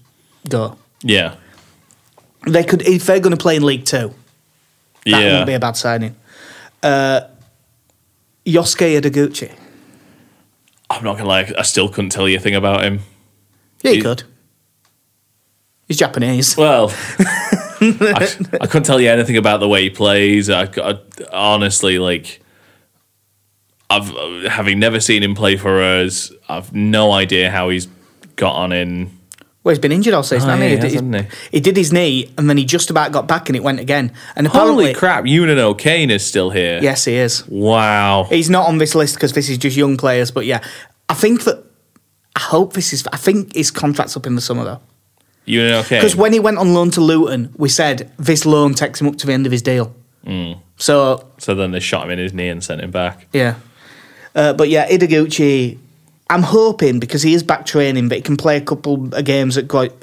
go.
yeah,
They could if they're going to play in League Two, that
yeah.
wouldn't be a bad signing. Uh, Yosuke Adaguchi,
I'm not gonna lie, I still couldn't tell you a thing about him.
yeah, he
He-
could. He's Japanese.
Well, I, I couldn't tell you anything about the way he plays. I, I- honestly like. I've having never seen him play for us. I've no idea how he's got on in.
Well, he's been injured all season.
Oh,
hasn't
yeah,
he?
he has,
He-
hasn't
he did his knee, and then he just about got back, and it went again. And apparently,
Holy crap! Ewan O'Kane is still here.
yes, he is.
Wow.
He's not on this list because this is just young players. But yeah, I think that I hope this is. I think his contract's up in the summer though.
Ewan O'Kane.
Because when he went on loan to Luton, we said this loan takes him up to the end of his deal. So
so then they shot him in his knee and sent him back.
yeah, uh, but yeah, Idaguchi. I'm hoping because he is back training, but he can play a couple of games at Groit.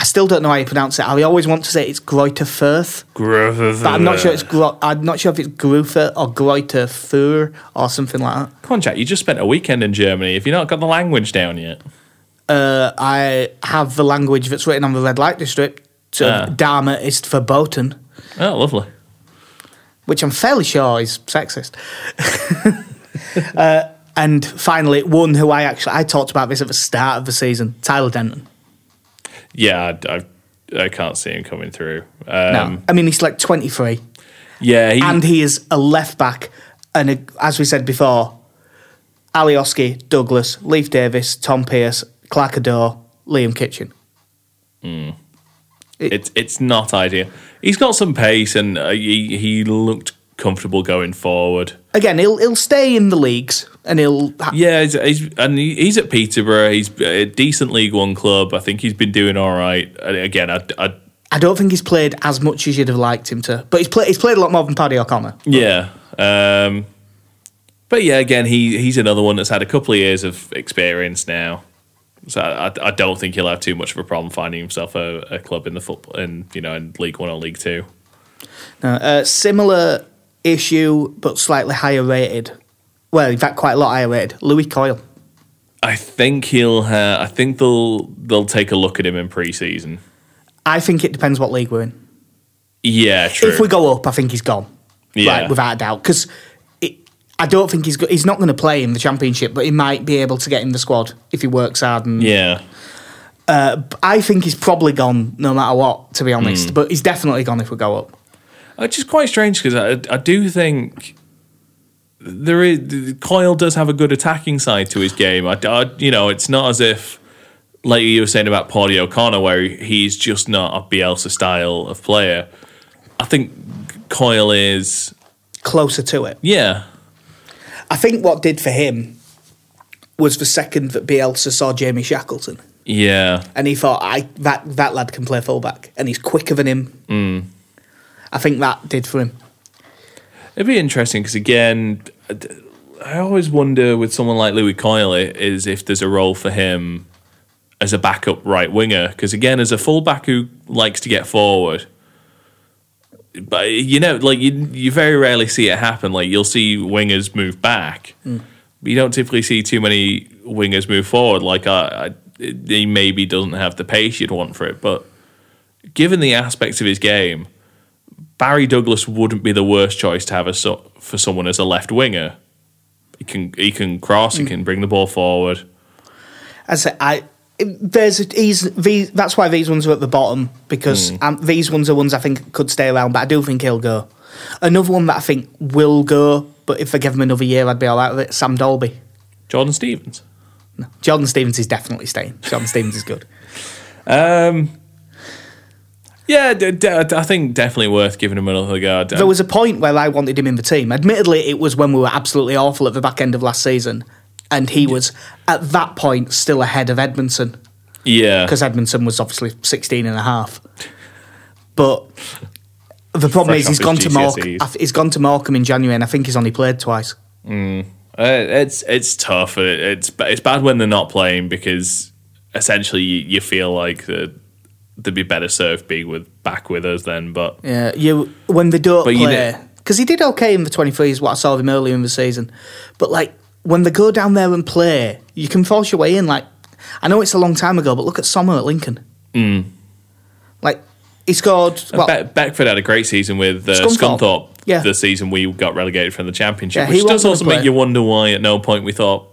I still don't know how you pronounce it. I always want to say it's Greuter Firth,
But
but I'm not sure it's Gro- I'm not sure if it's Grufer or Greuter Fur or something like that.
Come on, Jack. You just spent a weekend in Germany. If you've not got the language down yet,
uh, I have the language that's written on the red light district. So
Ah.
Dharma is verboten,
oh, lovely.
which I'm fairly sure is sexist. Uh, and finally, one who I actually I talked about this at the start of the season, Tyler Denton.
Yeah, I, I, I can't see him coming through. Um,
No, I mean he's like 23,
Yeah, he,
and he is a left back, and a, as we said before, Alioski, Douglas, Leaf Davis, Tom Pierce, Clark Adore, Liam Kitchen.
It's it's not ideal. He's got some pace, and uh, he he looked comfortable going forward.
Again, he'll he'll stay in the leagues and he'll ha-
Yeah, he's, he's and he, he's at Peterborough. He's uh, a decent League One club. I think he's been doing all right. And again, I, I
I don't think he's played as much as you'd have liked him to, but he's played he's played a lot more than Paddy O'Connor.
yeah. Um, but yeah, again, he he's another one that's had a couple of years of experience now. So I, I- I don't think he'll have too much of a problem finding himself a, a club in the football in you know in League One or League Two.
No, uh, similar issue, but slightly higher rated. Well, in fact, quite a lot higher rated. Louis Coyle.
I think he'll. Uh, I think they'll they'll take a look at him in pre-season.
I think it depends what league we're in.
Yeah, true.
If we go up, I think he's gone.
Yeah.
Right, without a doubt. Because I don't think he's go- he's not going to play in the championship, but he might be able to get in the squad if he works hard. And
yeah,
I think he's probably gone no matter what, to be honest.
Hmm.
But he's definitely gone if we go up.
which is quite strange because I, I do think there is Coyle does have a good attacking side to his game. I, I- you know it's not as if like you were saying about Paddy O'Connor where he's just not a Bielsa style of player. I think Coyle is
Closer to it.
yeah
I think what did for him was the second that Bielsa saw Jamie Shackleton,
yeah
and he thought, "I that that lad can play fullback, and he's quicker than him." I think that did for him.
It'd be interesting because again, I d- I always wonder with someone like Louis Coyle i- is if there's a role for him as a backup right winger because again, as a fullback who likes to get forward, but you know, like you you very rarely see it happen. Like you'll see wingers move back, but you don't typically see too many wingers move forward. Like I, I, he maybe doesn't have the pace you'd want for it, but given the aspects of his game. Barry Douglas wouldn't be the worst choice to have as so, for someone as a left winger. He can he can cross, he can bring the ball forward.
As I, say, I there's these, these that's why these ones are at the bottom because um, these ones are ones I think could stay around, but I do think he'll go. Another one that I think will go, but if I give him another year, I'd be all right with it. Sam Dolby.
Jordan Stevens.
Jordan Stevens is definitely staying. Jordan Stevens is good.
Yeah, d- d- I think definitely worth giving him another go.
There was a point where I wanted him in the team. Admittedly, it was when we were absolutely awful at the back end of last season, and he was at that point still ahead of Edmondson
yeah,
because Edmondson was obviously 16 and a half. But the problem
Fresh
is he's
off
gone
his
to Mark.
GCSEs.
I th- He's gone to Markham in January, and I think he's only played twice.
Uh, it's it's tough. It, it's ba- it's bad when they're not playing because essentially you, you feel like that they'd be better served being with back with us then. But
Yeah, you when they don't
But you
play
know-
because he did okay in the 23s. What I saw of him earlier in the season, but like when they go down there and play, you can force your way in. Like I know it's a long time ago, but look at Sommer at Lincoln. Like he scored. Well,
Be- Beckford had Mm. a great season with uh,
Scunthorpe.
Scunthorpe.
Yeah.
The season we got relegated from the championship,
Yeah, he
which does
wasn't
also
gonna
make
play.
you wonder why at no point we thought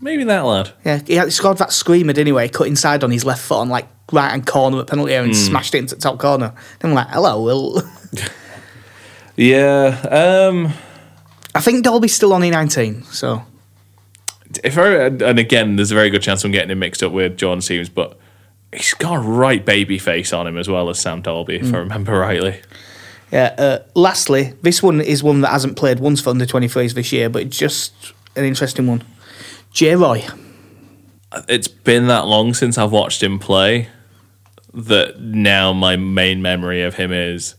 maybe that lad.
yeah, he had- he scored that screamer anyway. Cut inside on his left foot on like right hand corner at penalty
Mm.
area and smashed it into the top corner. Then I'm like, hello, Will.
Yeah. Um.
I think Dolby's still only 19, so
If I, and again, there's a very good chance I'm getting him mixed up with John Stevens, but he's got a right baby face on him as well as Sam Dolby,
Mm.
if I remember rightly.
Yeah. Uh, lastly, this one is one that hasn't played once for under 23s this year, but it's just an interesting one. J Roy.
It's been that long since I've watched him play that now my main memory of him is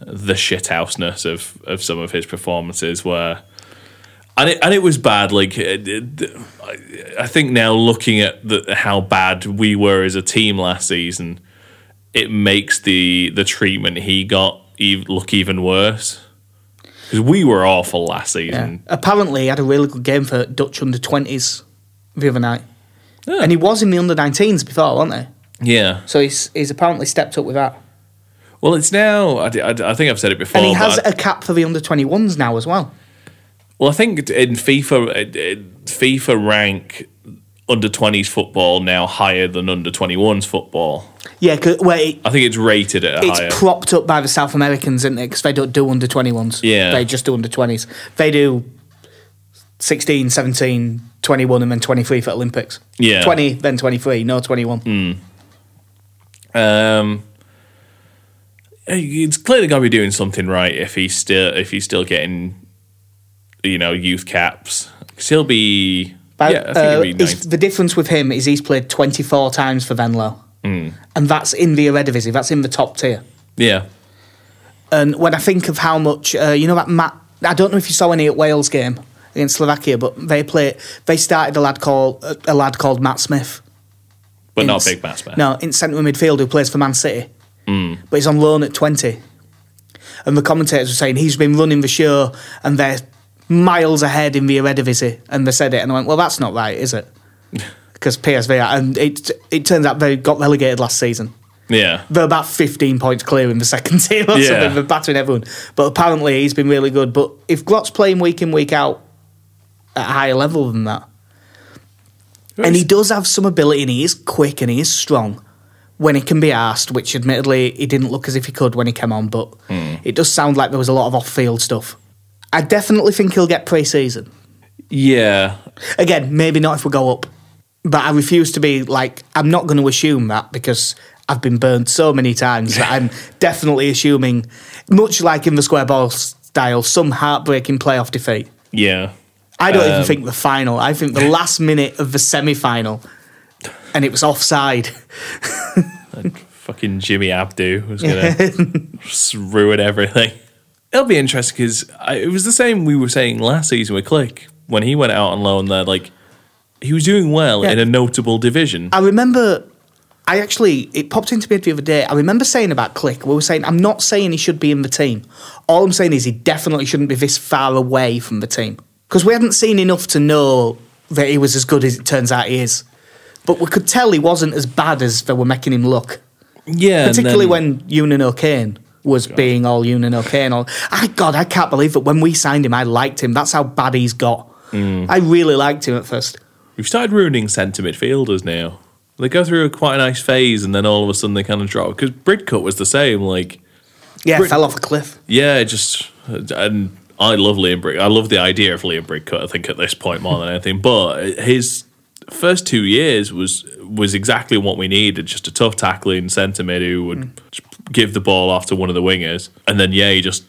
the shithouseness of of some of his performances where and it, and it was bad like it- it- I- I think now looking at the, how bad we were as a team last season it makes the the treatment he got ev look even worse because we were awful last season
Apparently, he had a really good game for Dutch under 20s the other night.
Yeah.
And he was in the under 19s before, wasn't he?
yeah
So he's, he's apparently stepped up with that.
well it's now I, d- I d- I think I've said it before
And he has
but
a cap for the under 21s now as well.
Well, I think in FIFA, it- it- FIFA rank under 20s football now higher than under 21s football.
Yeah, 'cause- where it,
I think it's rated at a
it's
higher.
propped up by the South Americans, isn't it? Because they don't do under 21s.
Yeah.
They just do under 20s. They do 16, 17, 21, and then 23 for Olympics.
Yeah. Mm.
20, then 23, no 21.
Um, he's clearly got to be doing something right if he's still if he's still getting, you know, youth caps. 'Cause he'll be.
But,
yeah, I think he'll
uh,
be
he's-
nice.
the difference with him is he's played 24 times for Venlo.
Mm.
And that's in the Eredivisie, that's in the top tier.
Yeah,
And when I think of how much, uh, you know, that Matt, I don't know if you saw any at Wales game against Slovakia, but they play, they started a lad called a, a lad called Matt Smith.
but
in
not
s-
big Hmm. batsman.
No, in centre midfield who plays for Man City, but he's on loan at twenty. And the commentators were saying he's been running the show, and they're miles ahead in the Eredivisie. And they said it, and I went, "Well, that's not right, is it?" Because PSV, are- and it it turns out they got relegated last season.
Yeah,
They're about fifteen points clear in the second tier, or
Yeah.
something. They're battering everyone, but apparently he's been really good. But if Glock's playing week in week out at a higher level than that, and he does have some ability, and he is quick and he is strong when he can be asked, which admittedly he didn't look as if he could when he came on, but it does sound like there was a lot of off field stuff. I definitely think he'll get pre season.
yeah,
Again, maybe not if we go up, but I refuse to be like, I'm not going to assume that because I've been burned so many times that I'm definitely assuming, much like in the square ball style, some heartbreaking playoff defeat.
yeah.
I don't even
Um,
think the final. I think the last minute of the semi final, and it was offside.
Fucking Jimmy Abdu was gonna s- ruin everything. It'll be interesting because it was the same we were saying last season with Click when he went out on loan. There, like he was doing well
Yeah.
in a notable division.
I remember. I actually, it popped into me the other day. I remember saying about Click, we were saying, I'm not saying he should be in the team. All I'm saying is he definitely shouldn't be this far away from the team. Because we hadn't seen enough to know that he was as good as it turns out he is. But we could tell he wasn't as bad as they were making him look.
yeah, and
Particularly
then-
when Unan O'Kane was being all Unan O'Kane. All, I, God, I can't believe that when we signed him, I liked him. That's how bad he's got.
Mm.
I really liked him at first.
We've started ruining centre midfielders now. They go through a quite a nice phase and then all of a sudden they kind of drop. Because Bridcut was the same. Like,
Yeah,
Brit-
fell off a cliff.
yeah, it just. And I love Liam Brid. I love the idea of Liam Bridcut, I think, at this point more than anything. But his first two years was was exactly what we needed just a tough tackling centre mid who would just give the ball off to one of the wingers. And then, yeah, he just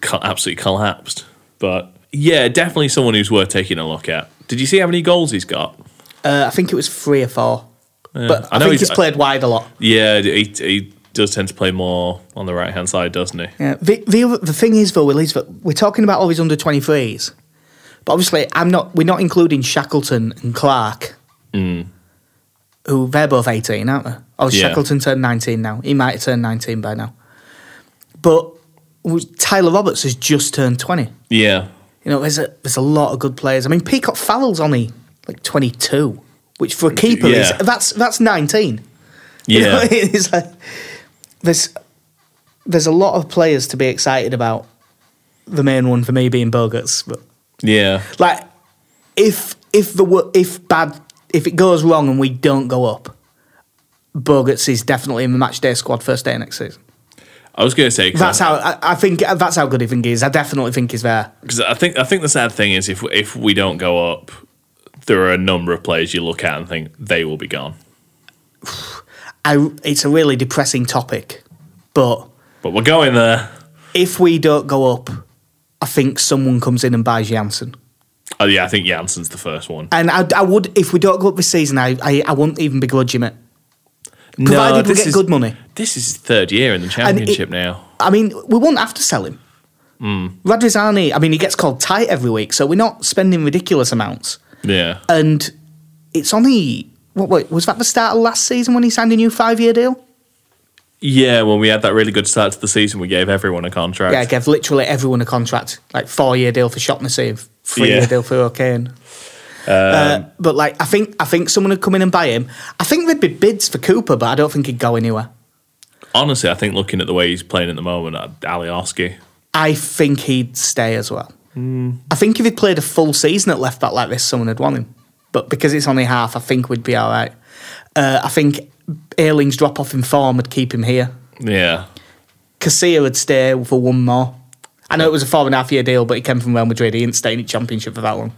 co- absolutely collapsed. But yeah, definitely someone who's worth taking a look at. Did you see how many goals he's got?
Uh, I think it was three or four. But I,
I know
think he's,
he's-
played wide a lot.
Yeah, he, he does tend to play more on the right hand side, doesn't he?
Yeah. The, the, other- the thing is, though, Will, is that we're talking about all these under 23s. But obviously, I'm not. we're not including Shackleton and Clark, who they're both 18, aren't they? Oh,
Mm. Yeah.
Shackleton turned 19 now. He might have turned 19 by now. But w- Tyler Roberts has just turned 20. You
Yeah.
know, there's a, there's a lot of good players. I mean, Peacock Farrell's only like 22, which for a keeper
Yeah.
is. That's, that's 19. You know
Yeah.
what I mean? It's like there's there's a lot of players to be excited about. The main one for me being Bogarts, but
yeah.
like if if the wo- if bad if it goes wrong and we don't go up, Bogarts is definitely in the match day squad first day next season.
I was going to say
That's
because
how I, I think that's how good he think he is. I definitely think he's there.
I think I think the sad thing is if if we don't go up, there are a number of players you look at and think they will be gone.
I it's a really depressing topic, but
But we're going there.
if we don't go up, I think someone comes in and buys Janssen.
Oh yeah, I think Janssen's the first one.
And I, I would, if we don't go up this season, I, I, I won't even begrudge him it. Provided we
this
get
is-
good money.
This is his third year in the
And it-
championship now.
I mean, we won't have to sell him.
Hmm.
Mm. Radrizani, I mean, he gets called tight every week, so we're not spending ridiculous amounts.
Yeah.
And it's only, what, what was that the start of last season when he signed a new five year deal?
Yeah, when we had that really good start to the season, we gave everyone a contract.
Yeah, I gave literally everyone a contract, like four year deal for Shotnessy and three year
Yeah. Um,
deal for O'Kane. Uh, but like, I think I think someone would come in and buy him. I think there'd be bids for Cooper, but I don't think he'd go anywhere.
Honestly, I think looking at the way he's playing at the moment, uh, Ali Oski.
I think he'd stay as well. I think if he played a full season at left back like this, someone would want him. But because it's only half, I think we'd be all right. Uh, I think Airling's drop off in form would keep him here.
Yeah.
Casilla would stay for one more. I know it was a four and a half year deal, but he came from Real Madrid. He didn't stay in the championship for that long.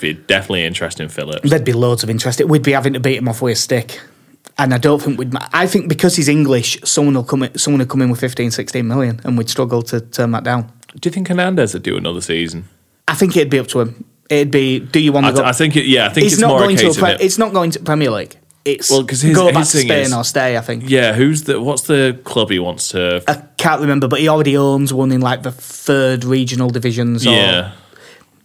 Be definitely interesting, Phillips.
There'd be loads of interest. We'd be having to beat him off with a stick. And I don't think we'd. ma- I think because he's English, someone will come. In, someone will come in with 15, 16 million, and we'd struggle to turn that down.
Do you think Hernandez would do another season?
I think it'd be up to him. It'd be. Do you want
I,
to
th-
go?
I think it, yeah, I think
it's,
it's,
not
more
going
a
to. A
case
pre-
of it.
it's not going to Premier League. It's
Well, 'cause his-
go
his
back to
thing
Spain
is-
or stay. I think.
Yeah, who's the what's the club he wants to?
I can't remember, but he already owns one in like the third regional divisions or
yeah,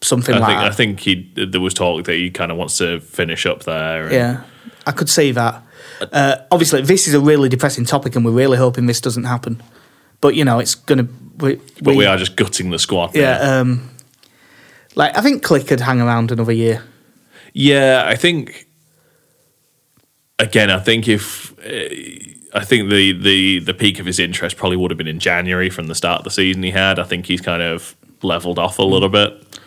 something
I
like
think I
that.
think he there was talk that he kind of wants to finish up there. and-
yeah, I could see that. Uh, obviously, this is a really depressing topic, and we're really hoping this doesn't happen. But you know, it's gonna. We,
but we are just gutting the squad. now.
Yeah. Um, like I think Click could hang around another year.
Yeah, I think again, I think if uh, I think the the the peak of his interest probably would have been in January from the start of the season he had. I think he's kind of leveled off a
Mm.
little bit,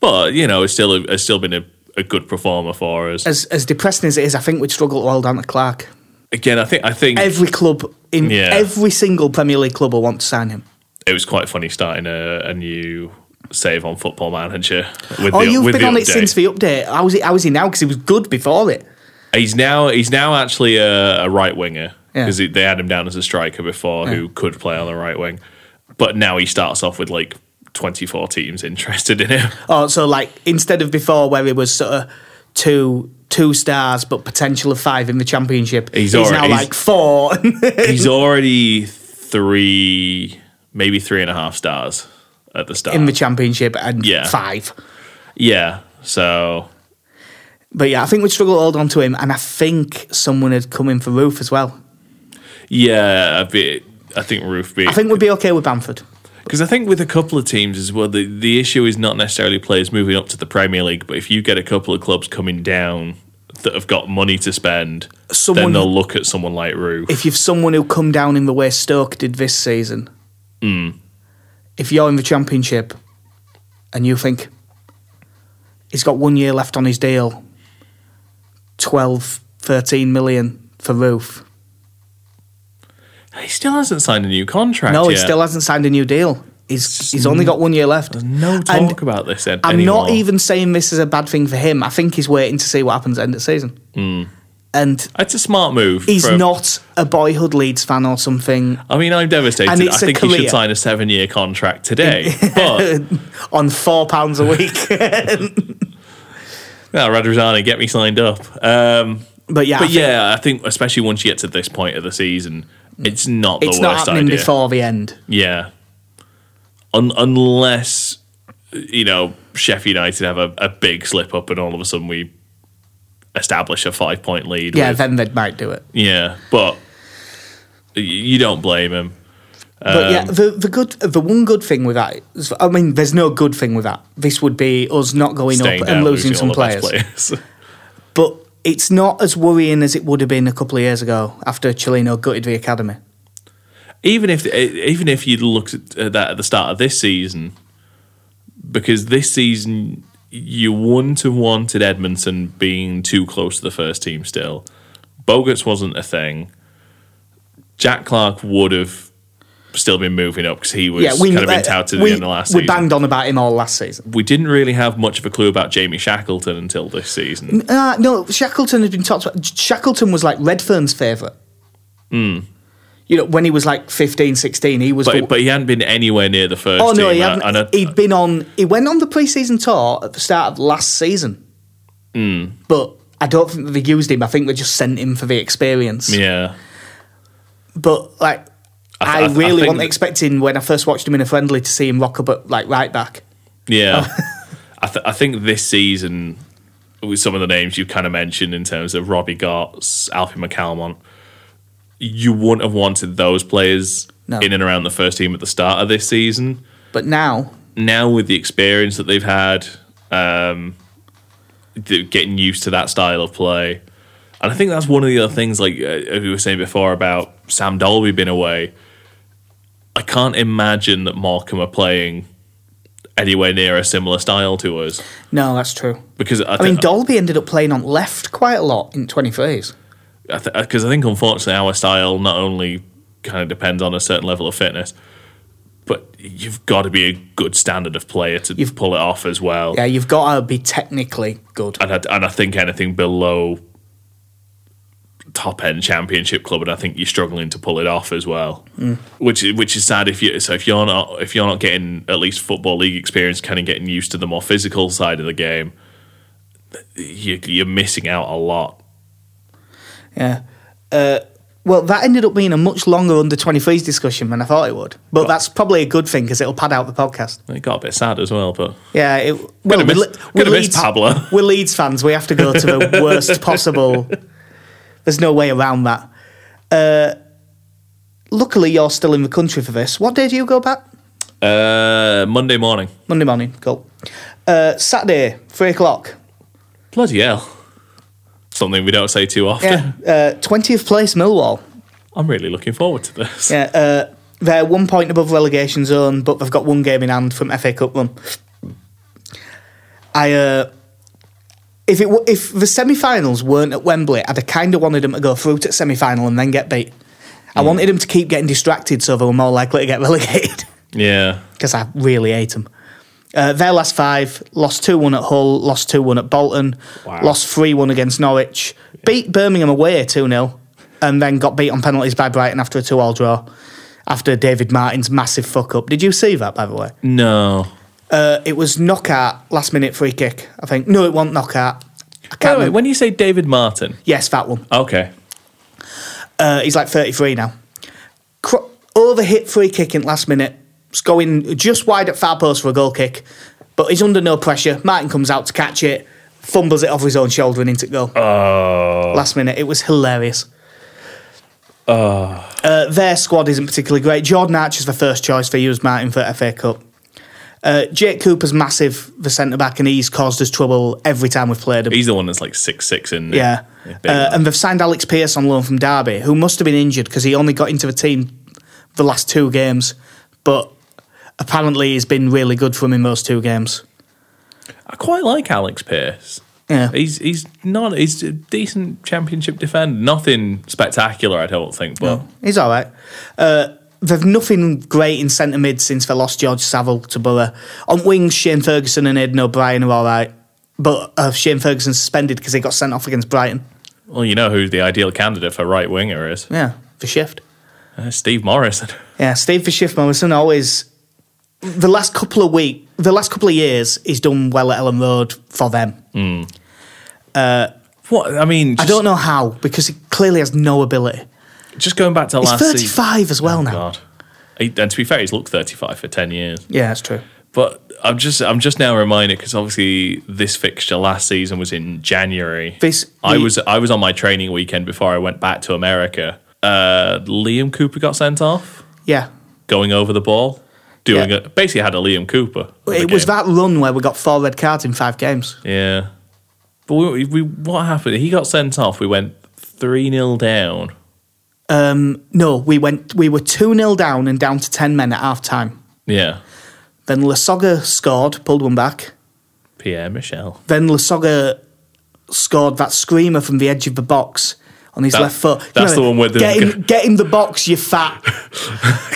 but you know, it's still a, it's still been a, a good performer for us.
As as depressing as it is, I think we'd struggle to hold down to Clark.
Again, I think I think
Every club in
Yeah.
every single Premier League club will want to sign him.
it was quite funny starting a, a new save on Football Manager. With
Oh,
the,
you've
with
been
the
on it
update.
since the update. How is he? How is he now? Because he was good before it.
He's now he's now actually a, a right winger
Yeah.
because they had him down as a striker before who could play on the right wing, but now he starts off with like twenty four teams interested in him.
Oh, so like instead of before where he was sort of two two stars but potential of five in the championship,
He's
he's,
alright,
now
he's-
like four.
he's already three, maybe three and a half stars at the start.
In the championship and
Yeah.
five,
yeah, so
but yeah, I think we'd struggle to hold on to him, and I think someone had come in for Roof as well.
yeah, a bit. I think Roof beat
I think we'd be okay with Bamford.
Because I think with a couple of teams as well, the, the issue is not necessarily players moving up to the Premier League, but if you get a couple of clubs coming down that have got money to spend, then
Someone-
they'll look at someone like Rue.
If you've someone who come down in the way Stoke did this season, if you're in the championship and you think he's got one year left on his deal, 12, 13 million for Roof.
He still hasn't signed a new contract.
No, he
yet.
still hasn't signed a new deal. He's he's only got one year left.
There's no talk
And
about this. Ed,
I'm not
anymore.
even saying this is a bad thing for him. I think he's waiting to see what happens at the end of the season. And
It's a smart move.
he's
from-
not a boyhood Leeds fan or something
I mean, I'm devastated.
And
I
it's a
think he should
career.
sign a seven-year contract today, but
on four pounds a week.
yeah, Radrazani, get me signed up. Um,
But yeah, I
but
think
yeah, I think especially once you get to this point of the season, it's not the
it's
worst
not happening
idea.
before the end.
Yeah. Un- unless, you know, Sheffield United have a, a big slip up and all of a sudden we establish a five point lead.
Yeah,
with-
then they might do it.
yeah. But y- you don't blame him.
But
Um,
yeah, the the good the one good thing with that is, I mean, there's no good thing with that. This would be us not going up
Staying
and
down,
losing, some
all the best
players. But it's not as worrying as it would have been a couple of years ago after Chilino gutted the academy.
even if eh, even if you looked at at that at the start of this season, because this season you wouldn't have wanted Edmondson being too close to the first team. Still, Bogarts wasn't a thing. Jack Clark would have still been moving up because he was
Yeah, we
kind of been
uh,
touted
we,
in the last
we
season.
banged on about him all last season.
we didn't really have much of a clue about Jamie Shackleton until this season.
Uh, no, Shackleton had been talked about. Shackleton was like Redfern's favourite. You know, when he was like 15, 16, he was the,
Hmm. But, but he hadn't been anywhere near the first
Oh
team.
no, he
I-
hadn't.
and I-
he'd been on. He went on the preseason tour at the start of last season,
Hmm.
but I don't think they used him. I think they just sent him for the experience.
yeah.
But like,
I
I,
th- I th- I
really
think
wasn't
that-
expecting when I first watched him in a friendly to see him rock up at like right back.
Yeah, I, th- I think this season, with some of the names you kind of mentioned in terms of Robbie Gotts, Alfie McCalmont, you wouldn't have wanted those players
No.
in and around the first team at the start of this season.
But now,
Now with the experience that they've had, um, th- getting used to that style of play, and I think that's one of the other things, like uh, we were saying before about Sam Dolby being away. I can't imagine that Markham are playing anywhere near a similar style to us
no, that's true.
because I,
I mean,
think
Dolby ended up playing on left quite a lot in twenty threes.
I, th- 'cause I think unfortunately our style not only kind of depends on a certain level of fitness, but you've got to be a good standard of player to pull it off as well.
Yeah, you've got to be technically good.
And, I, and I think anything below top end championship club, and I think you're struggling to pull it off as well.
Mm.
Which is- which is sad if you so if you're not if you're not getting at least football league experience, kind of getting used to the more physical side of the game, you, you're missing out a lot.
Yeah. Uh, well, that ended up being a much longer under 23s discussion than I thought it would. But that's probably a good thing because it'll pad out the podcast.
It got a bit sad as well, but
Yeah, it, well,
have
we're,
missed-
Le-
could have
we're
missed Pablo.
we're Leeds fans. We have to go to the worst possible. There's no way around that. Uh, luckily, you're still in the country for this. What day do you go back?
uh, Monday morning,
Monday morning. Cool. Uh, Saturday, three o'clock.
bloody hell, something we don't say too often.
Yeah, Uh, twentieth place Millwall.
I'm really looking forward to this.
Yeah, uh, they're one point above relegation zone, but they've got one game in hand from FA Cup run. I, uh, if it w- if the semi-finals weren't at Wembley, I'd have kind of wanted them to go through to semi-final and then get beat. I wanted them to keep getting distracted so they were more likely to get relegated
yeah.
because I really hate them. Uh, their last five lost 2 1 at Hull, lost 2 1 at Bolton,
Wow.
lost 3 1 against Norwich, beat Birmingham away 2 0, and then got beat on penalties by Brighton after a 2 all draw after David Martin's massive fuck up. Did you see that, by the way?
No.
Uh, it was knockout, last minute free kick, I think. No, it wasn't knockout. I can't
Wait, wait,
remember.
when you say David Martin,
Yes, that one.
okay,
Uh, he's like 33 now. Cro- overhit free kick in last minute. It's going just wide at far post for a goal kick, but he's under no pressure. Martin comes out to catch it, fumbles it off his own shoulder and into
Oh.
goal. Last minute. It was hilarious. Uh, their squad isn't particularly great. Jordan Archer's the first choice. They used Martin for FA Cup. Uh, Jake Cooper's massive, the centre back, and he's caused us trouble every time we've played him.
he's the one that's like six six in.
Yeah.
big
Uh,
one.
and they've signed Alex Pearce on loan from Derby, who must have been injured because he only got into the team the last two games. But apparently he's been really good for him in those two games.
I quite like Alex Pierce.
Yeah.
He's he's not he's a decent championship defender. Nothing spectacular, I don't think, but
He's all right. Uh, they've nothing great in centre mid since they lost George Savile to Borough. On wings, Shane Ferguson and Aidan O'Brien are all right. But uh, Shane Ferguson suspended because he got sent off against Brighton.
well, you know who the ideal candidate for right winger is?
Yeah, for shift.
Uh, Steve Morrison.
Yeah, Steve for Shift Morrison always the last couple of week the last couple of years he's done well at Ellen Road for them.
What I mean,
I
just,
don't know how, because he clearly has no ability.
Just going back to
He's
last
thirty
season.
five as well now.
Oh, God. He, and to be fair, he's looked thirty five for ten years.
Yeah, that's true.
But I'm just I'm just now reminded because obviously this fixture last season was in January.
This-
I
the-
was I was on my training weekend before I went back to America. Uh, Liam Cooper got sent off
Yeah.
going over the ball, doing
Yeah.
a, basically had a Liam Cooper. of
It
a
was
game.
that run where we got four red cards in five games.
Yeah, but we, we what happened? He got sent off. We went three 0 down.
Um, no, we went we were two 0 down and down to ten men at half time.
Yeah,
Then Lasoga scored, pulled one back.
Pierre Michel.
Then Lasoga scored that screamer from the edge of the box on his
That-
left foot. You
that's
know,
the one where the-
get him, get him the box, you fat,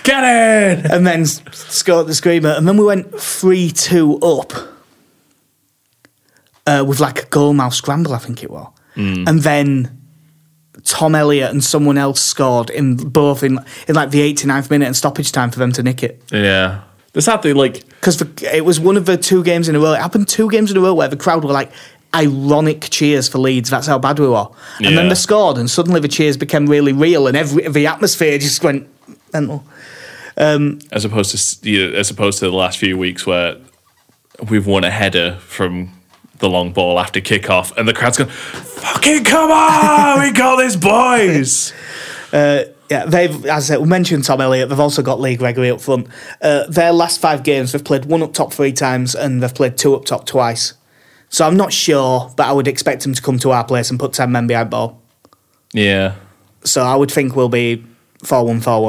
Get in.
and then s- scored the screamer. And then we went three two up uh, with like a goal mouth scramble, I think it was. And then Tom Elliott and someone else scored in both in in like the 89th minute and stoppage time for them to nick it
Yeah, the sad thing, like
because it was one of the two games in a row. It happened two games in a row where the crowd were like ironic cheers for Leeds. That's how bad we were. And then
Yeah.
they scored, and suddenly the cheers became really real, and every the atmosphere just went mental.
as opposed to s- you know, as opposed to the last few weeks where we've won a header from the long ball after kickoff and the crowd's going fucking come on we got this boys
Uh, Yeah, they've, as I said, we mentioned Tom Elliott, they've also got Lee Gregory up front. Uh, their last five games, they've played one up top three times and they've played two up top twice. So I'm not sure, but I would expect them to come to our place and put 10 men behind ball.
yeah
So I would think we'll be 4 1 4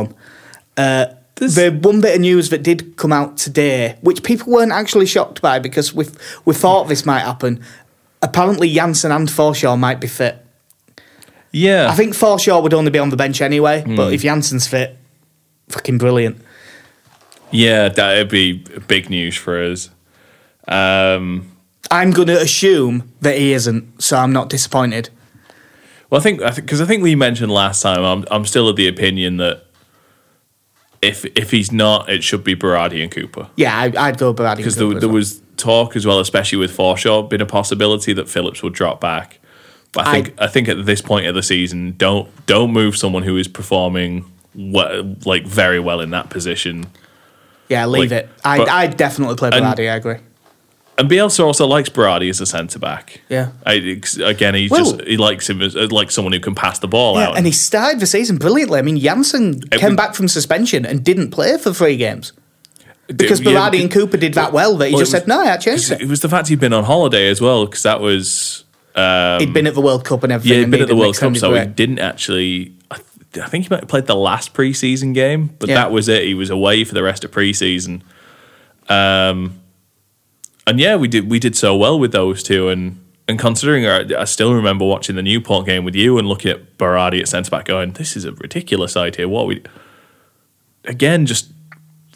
1. The one bit of news that did come out today, which people weren't actually shocked by because we we thought this might happen. Apparently, Janssen and Forshaw might be fit.
yeah
I think Forshaw would only be on the bench anyway, but if Janssen's fit, fucking brilliant.
Yeah, that'd be big news for us. Um,
I'm going to assume that he isn't, so I'm not disappointed.
well, I think I think because I think we mentioned last time. I'm I'm still of the opinion that if if he's not, it should be Berardi and Cooper.
Yeah, I, I'd go Baradi
because there, there was talk as well, especially with Forshaw, been a possibility that Phillips would drop back. But I
I-
think I, think at this point of the season, don't don't move someone who is performing well, like very well in that position.
yeah, leave
like-
it. I
but-
I definitely play
and-
Baradi. I agree.
And Bielsa also likes Berardi as a centre back.
Yeah.
I, it's- again, he
Well-
just he likes him as uh, like someone who can pass the ball
Yeah,
out.
and he started the season brilliantly. I mean, Janssen
It
came
would-
back from suspension and didn't play for three games
And
because Berardi and Cooper did that well that he
well, it
just said,
was-
"No, I changed it."
It was the fact he'd been on holiday as well because that was
he'd been at the World Cup and everything.
um, Yeah, he'd
and
been at the
needed an
World Cup,
extended
so he
break.
didn't actually. I, th- I think he might have played the last preseason game, but
Yeah.
that was it. He was away for the rest of preseason. Um, and yeah, we did we did so well with those two, and and considering I, I still remember watching the Newport game with you and looking at Berardi at centre back, going, "This is a ridiculous idea." What are we again just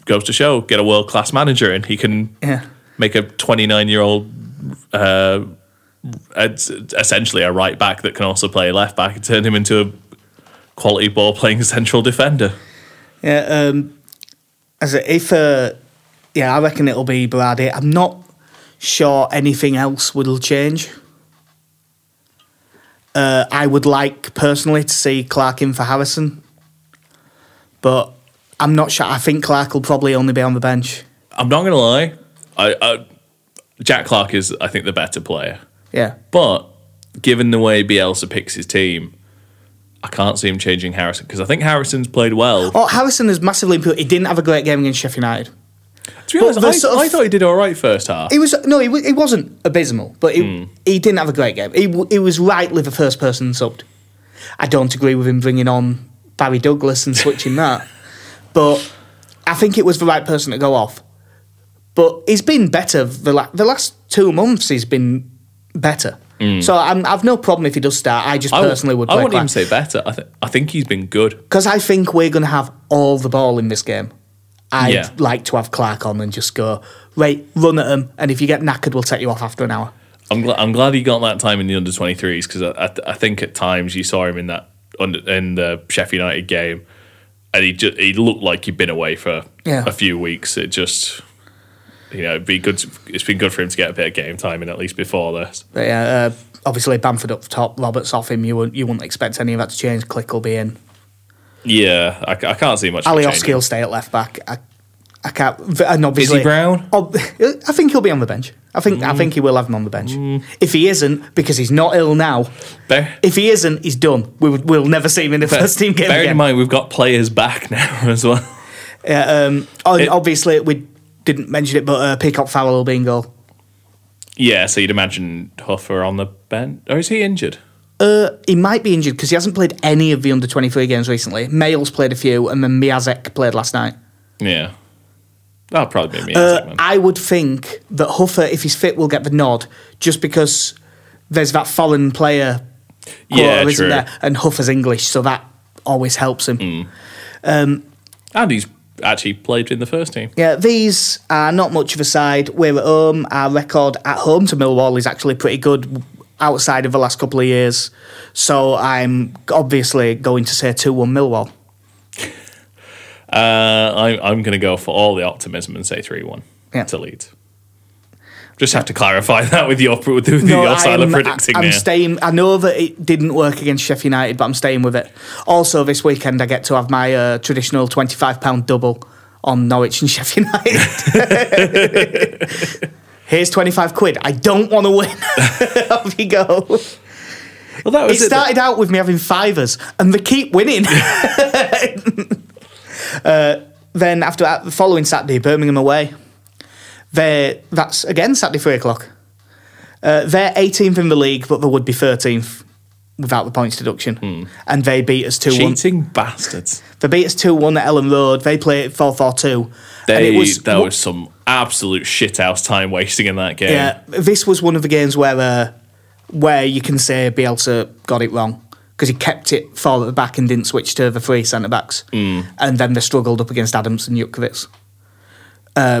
goes to show, get a world class manager, and he can
Yeah.
make a twenty nine year old it's essentially a right back that can also play left back and turn him into a quality ball playing central defender.
Yeah, um, as a, if uh, yeah, I reckon it'll be Berardi. I'm not sure anything else will change. Uh, I would like personally to see Clark in for Harrison, but I'm not sure. I think Clark will probably only be on the bench.
I'm not going to lie, I, I, Jack Clark is I think the better player,
Yeah,
but given the way Bielsa picks his team, I can't see him changing Harrison because I think Harrison's played well.
Oh, Harrison has massively improved. He didn't have a great game against Sheffield United.
to be honest, I,
but the sort of-
I thought he did all right first half.
He was no, he, wa- he wasn't abysmal, but he,
Hmm.
he didn't have a great game. He, w- he was rightly the first person subbed. I don't agree with him bringing on Barry Douglas and switching that, but I think it was the right person to go off. But he's been better the la- the last two months. He's been better, so I'm, I've no problem if he does start. I just
Hmm. I w-
personally would.
I
play
wouldn't even
Clark.
say better. I, th- I think he's been good.
because I think we're going to have all the ball in this game. I'd
Yeah.
like to have Clark on and just go, right, run at him, and if you get knackered, we'll take you off after an hour.
I'm, gl- I'm glad he got that time in the under 23s because I, I, I think at times you saw him in that under, in the Sheffield United game, and he just he looked like he'd been away for
Yeah.
a few weeks. It just you know it'd be good. to- it's been good for him to get a bit of game time in at least before this.
But yeah, uh, obviously Bamford up top, Roberts off him. You wouldn't, you wouldn't expect any of that to change. Click will be in.
Yeah, I, c- I can't see much. of a change.
Alioski will stay at left back. I, I can't. And
Is
obviously
he Brown? Mm.
Oh, I think he'll be on the bench. I think I think he will have him on the bench. If he isn't, because he's not ill now.
Bear,
If he isn't, he's done. We would, we'll never see him in the first team game
bearing
again.
in mind we've got players back now as well.
Yeah, um, oh, obviously we didn't mention it, but uh, Peacock Farrell will be in goal.
Yeah, so you'd imagine Huffer on the bench, or is he injured?
Uh, he might be injured because he hasn't played any of the under twenty three games recently. Males played a few, and then Miazek played last night.
Yeah, that'll probably be me.
Uh, I would think that Huffer, if he's fit, will get the nod just because there's that foreign player quota,
Yeah,
isn't
true. Mm.
there? And Huffer's English, so that always helps him.
And he's actually played in the first team.
Yeah, these are not much of a side. We're at home. Our record at home to Millwall is actually pretty good outside of the last couple of years. So I'm obviously going to say 2 1 Millwall.
Uh, I'm, I'm going to go for all the optimism and say 3 1
Yeah.
to Leeds. Just have to clarify that with your, with the, with your style of predicting
I, am
there.
staying. I know that it didn't work against Sheffield United, but I'm staying with it. Also, this weekend I get to have my uh, traditional £25 double on Norwich and Sheffield United. Here's 25 quid. I don't want to win. Off you go.
well, that
It
was it.
started out with me having fivers, and they keep winning. uh, then after that, the following Saturday, Birmingham away. They're, that's again Saturday three o'clock. Uh, they're 18th in the league, but they would be 13th without the points deduction, and they beat us two one.
Cheating bastards.
They beat us two one at Ellen Road. They play four four two.
They, there was some absolute shithouse time wasting in that game.
Yeah, Uh, this was one of the games where uh, where you can say Bielsa got it wrong because he kept it far at the back and didn't switch to the three centre backs, mm. and then they struggled up against Adams and Jukovic. Uh,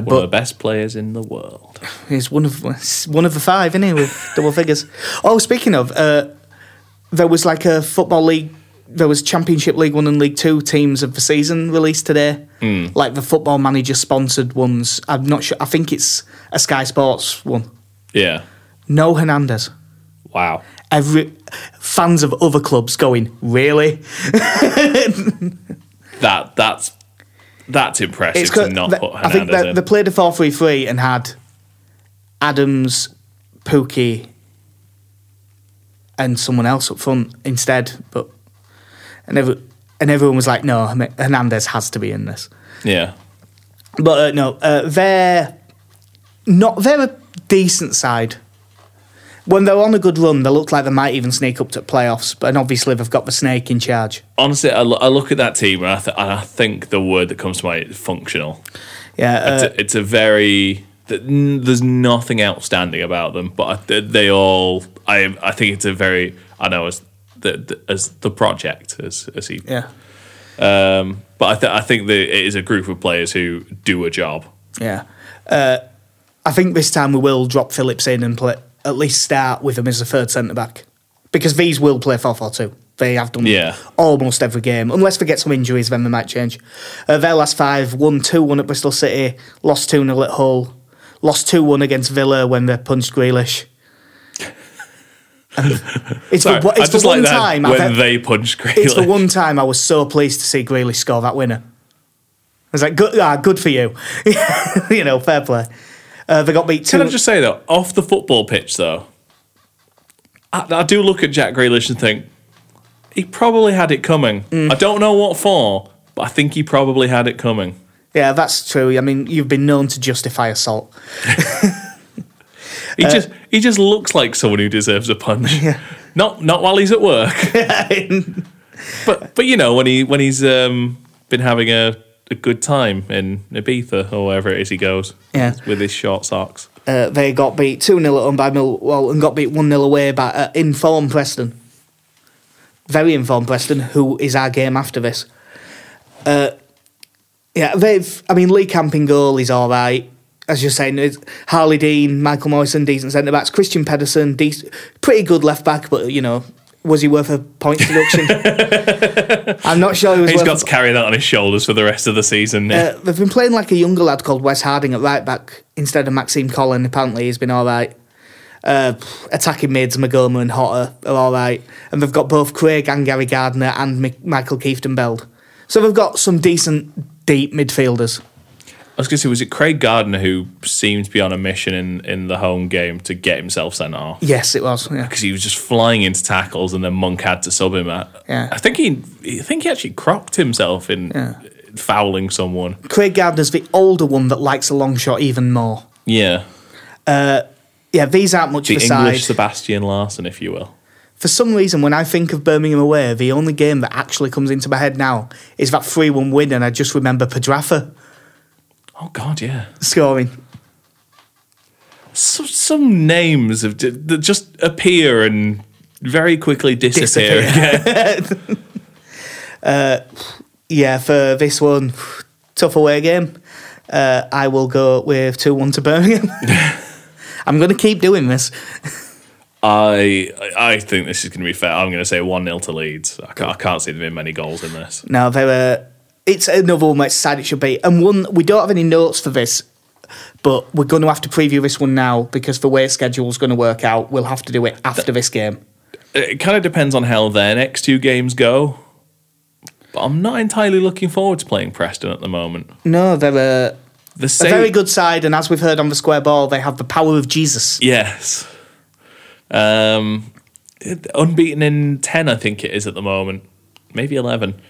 One of
but
the best players in the world.
he's one of one of the five, isn't he, with double figures. Oh, speaking of, uh, there was like a football league. There was Championship League One and League Two teams of the season released today. Like the football manager sponsored ones. I'm not sure. I think it's a Sky Sports one.
Yeah.
No Hernandez.
Wow.
Every fans of other clubs going really.
That that's that's impressive to
co-
not
the-
put
I think
Hernandez
they,
in.
they played a 4 3 3 and had Adams, Pookie, and someone else up front instead. But and, every, and everyone was like, no, Hern- Hernandez has to be in this.
yeah.
But uh, no, uh, they're not. They're a decent side. When they're on a good run, they look like they might even sneak up to playoffs. But and obviously, they've got the snake in charge.
Honestly, I, lo- I look at that team and I, th- and I think the word that comes to mind is functional.
Yeah, uh,
It's, a, it's a very th- n- there's nothing outstanding about them, but I, th- they all I I think it's a very I know as the, the as the project as as he
yeah,
um, but I th- I think that it is a group of players who do a job.
yeah. Uh, I think this time we will drop Phillips in and play, at least start with him as a third centre back because these will play four four two. They have done
Yeah.
almost every game, unless they get some injuries, then they might change. Uh, their last five: one two one at Bristol City, lost two 0 at Hull, lost two one against Villa when they punched Grealish. And it's
Sorry,
the,
I
it's
just
the one
like that
time I've
when
e-
they punch Grealish.
it's the one time I was so pleased to see Grealish score that winner. I was like, good, ah, good for you. you know, fair play. Uh, they got beat
Can I
two.
just say though, off the football pitch though, I, I do look at Jack Grealish and think he probably had it coming. I don't know what for, but I think he probably had it coming.
yeah, that's true. I mean, you've been known to justify assault.
He just he just looks like someone who deserves a punch. Not not while he's at work, but but you know when he when he's um, been having a, a good time in Ibiza or wherever it is he goes.
Yeah.
with his short socks.
uh, they got beat 2 0 at home by Millwall and got beat 1 0 away by uh, informed Preston. Very informed Preston, who is our game after this. Uh, yeah, they've. I mean, Lee Camping goal is all right. As you're saying, it's Harley Dean, Michael Morrison, decent centre backs. Christian Pedersen, dec- pretty good left back, but you know, was he worth a points deduction? I'm not sure he was
He's
worth a
got to carry that on his shoulders for the rest of the season.
uh, they've been playing like a younger lad called Wes Harding at right back instead of Maxime Collin. Apparently, he's been all right. Uh, attacking mids, Magoma and Hotter are all right. And they've got both Craig and Gary Gardner and Mi- Michael Keefton Beld. So they've got some decent, deep midfielders.
I was going to say, was it Craig Gardner who seemed to be on a mission in, in the home game to get himself sent off?
Yes, it was. Yeah.
Because he was just flying into tackles, and then Monk had to sub him. I,
Yeah.
I think he, I think he actually crocked himself in
Yeah.
fouling someone.
Craig Gardner's the older one that likes a long shot even more.
Yeah,
Yeah, these aren't much
the
of a
English
side.
Sebastian Larson, if you will.
For some reason, when I think of Birmingham away, the only game that actually comes into my head now is that 3 1 win, and I just remember Pedrafa
Oh God, yeah.
scoring.
Some, some names have ju- that just appear and very quickly disappear. again.
Yeah, for this one, tough away game. Uh, I will go with 2 1 to Birmingham. I'm going to keep doing this.
I I think this is going to be fair. I'm going to say one 0 to Leeds. I can't, I can't see there being many goals in this.
Now, there are, it's another one where it's sad it should be. And one, we don't have any notes for this, but we're going to have to preview this one now because the way schedule's going to work out, we'll have to do it after this game.
it kind of depends on how their next two games go. But I'm not entirely looking forward to playing Preston at the moment.
No, they're a,
The
a
same,
very good side, and as we've heard on the square ball, they have the power of Jesus.
yes. Um, it- unbeaten in ten, I think it is at the moment, maybe eleven.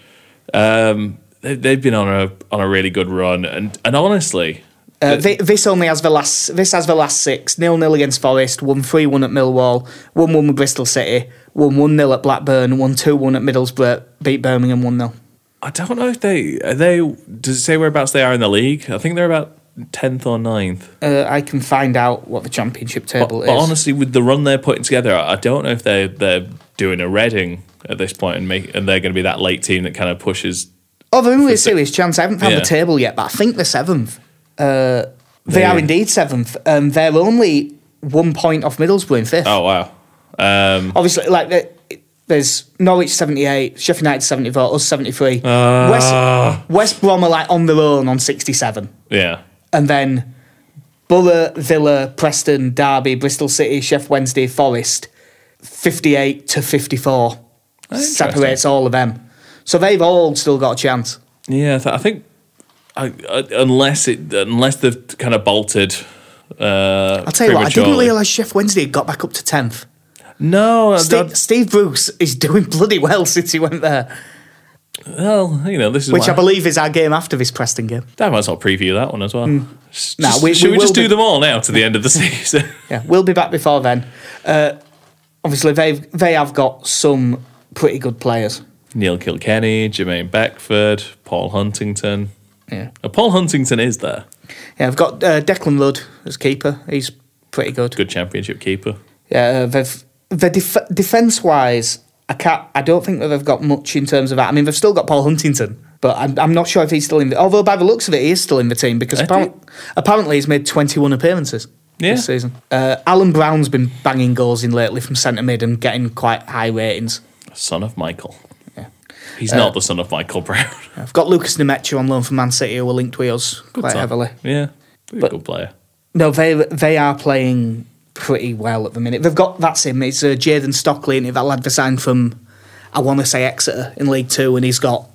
Um, they, they've been on a on a really good run, and and honestly,
Uh, thi- this only has the last. This has the last six. Nil nil against Forest. One three one at Millwall. One one with Bristol City. One one nil at Blackburn. One two one at Middlesbrough. Beat Birmingham one 0
I don't know if they are they does it say whereabouts they are in the league. I think they're about tenth or 9th.
uh, I can find out what the championship
But,
table
but
is.
honestly, with the run they're putting together, I I don't know if they're they're doing a Reading at this point and make and they're going to be that late team that kind of pushes.
oh, they're only a serious chance. I haven't found
Yeah.
the table yet, but I think the seventh. They
They-
are indeed seventh. Um, they're only one point off Middlesbrough in fifth.
Oh wow. Um,
Obviously, like the, there's Norwich seventy eight, Sheffield United seventy four, us seventy three.
Ah.
West West Brom are like on their own on sixty seven,
yeah.
and then Borough, Villa, Preston, Derby, Bristol City, Chef Wednesday, Forest, fifty eight to fifty four
Interesting.
separates all of them. So they've all still got a chance.
Yeah, I th- I think I, I, unless it unless they've kind of bolted. Uh,
I'll tell you what, I didn't
prematurely.
realise Chef Wednesday had got back up to tenth.
No, I- I-
Steve, Steve Bruce is doing bloody well since he went there,
well, you know, this is
which
why-
I believe is our game after this Preston game.
That might as well preview that one as well. Just-
No, Hmm. we-
should
we
we, just do
will be-
them all now to the end of the season?
Yeah, we'll be back before then. Uh, obviously, they they have got some pretty good players.
Neil Kilkenny, Jermaine Beckford, Paul Huntington.
Yeah,
Uh, Paul Huntington is there.
yeah, I've got uh, Declan Rudd as keeper. He's pretty good.
Good championship keeper.
Yeah, uh, they've the def- defense wise, I can't. I don't think that they've got much in terms of that. I mean, they've still got Paul Huntington, but I'm, I'm not sure if he's still in. The, although by the looks of it, he is still in the team because
I
apparent, apparently he's made 21 appearances
Yeah.
this season. Uh, Alan Brown's been banging goals in lately from centre mid and getting quite high ratings.
Son of Michael. He's
Uh,
not the son of Michael Brown.
I've got Lucas Nemecha on loan from Man City, who were linked with us quite
So,
heavily.
Yeah. Very
But-
good player.
No, they they are playing pretty well at the minute. They've got that's him. It's uh, Jaden Stockley, and that lad they signed from I want to say Exeter in League Two, and he's got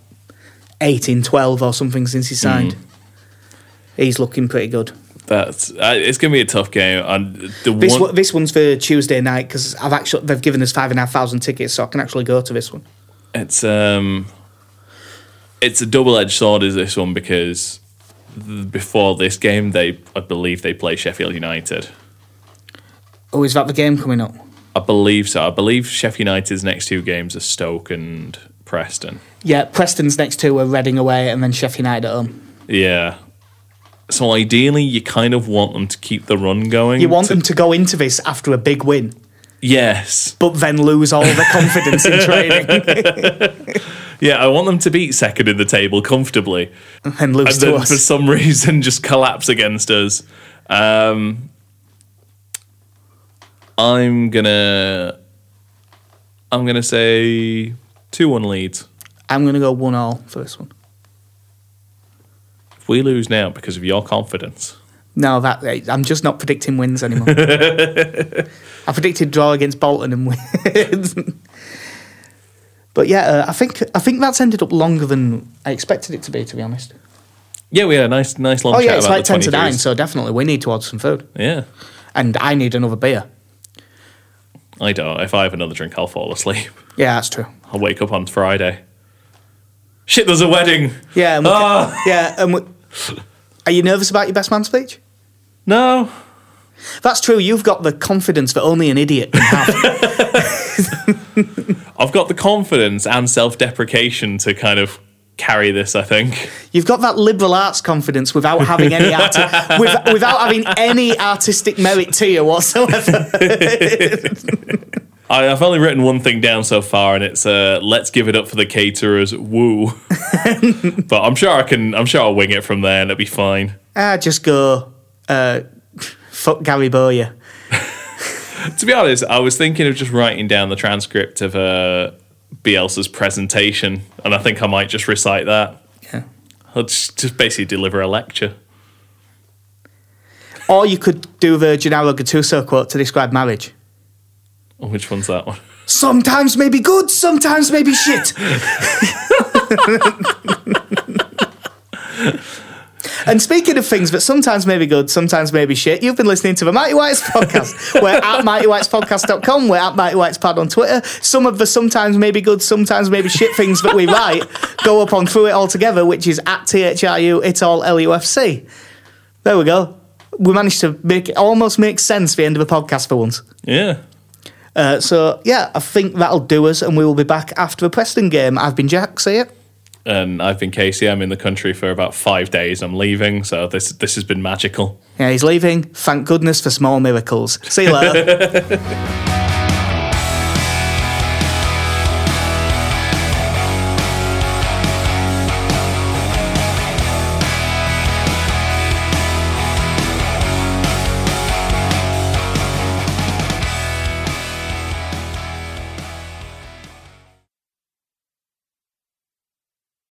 18, 12 or something since he signed. He's looking pretty good.
That's uh, it's gonna be a tough game. And the
This
one,
one, this one's for Tuesday night because I've actually they've given us five and a half thousand tickets, so I can actually go to this one.
it's um it's a double edged sword is this one because th- before this game they I believe they play Sheffield United.
Oh, is that the game coming up?
I believe so. I believe Sheffield United's next two games are Stoke and Preston.
Yeah, Preston's next two are Reading away, and then Sheffield United at home.
Yeah. So ideally, you kind of want them to keep the run going.
You want them to go into this after a big win,
Yes.
but then lose all their confidence in training
Yeah, I want them to beat second in the table comfortably,
and lose
and
to
then
us.
for some reason just collapse against us. Um, I'm gonna, I'm gonna say two one leads.
I'm going to go one all for this one.
If we lose now because of your confidence,
No, that I'm just not predicting wins anymore. I predicted draw against Bolton and wins. but yeah, uh, I think I think that's ended up longer than I expected it to be. To be honest.
yeah, we had a nice, nice long
Oh
chat
yeah, it's
about
like
the
ten to
23s.
nine, so definitely we need to order some food,
Yeah,
and I need another beer.
I don't. If I have another drink, I'll fall asleep.
Yeah, that's true.
I'll wake up on Friday. Shit, there's a wedding.
Yeah, and we
Ah.
yeah. And we, are you nervous about your best man speech?
No,
That's true. You've got the confidence that only an idiot can have.
I've got the confidence and self-deprecation to kind of carry this. I think.
You've got that liberal arts confidence without having any arti- with, without having any artistic merit to you whatsoever.
I, I've only written one thing down so far, and it's uh, "Let's give it up for the caterers." Woo! but I'm sure I can. I'm sure I'll wing it from there, and it'll be fine.
Ah, just go. Uh, fuck Gary Bowyer.
To be honest, I was thinking of just writing down the transcript of uh, Bielsa's presentation, and I think I might just recite that.
Yeah.
I'll just, just basically deliver a lecture.
Or you could do the Gennaro Gattuso quote to describe marriage.
Oh, Which one's that one?
Sometimes maybe good, sometimes maybe shit. and speaking of things that sometimes may be good, sometimes may be shit, you've been listening to the Mighty Whites podcast. We're at mightywhitespodcast.com. We're at Mighty Whites Pod on Twitter. Some of the sometimes may be good, sometimes maybe shit things that we write go up on Through It All Together, which is at THRU, It's All LUFC. There we go. We managed to make it almost make sense the end of the podcast for once.
Yeah.
Uh, so yeah, I think that'll do us, and we will be back after the Preston game. I've been Jack. See it.
And Um, I've been Casey. I'm in the country for about five days. I'm leaving, so this this has been magical.
Yeah, he's leaving. Thank goodness for small miracles. See you later.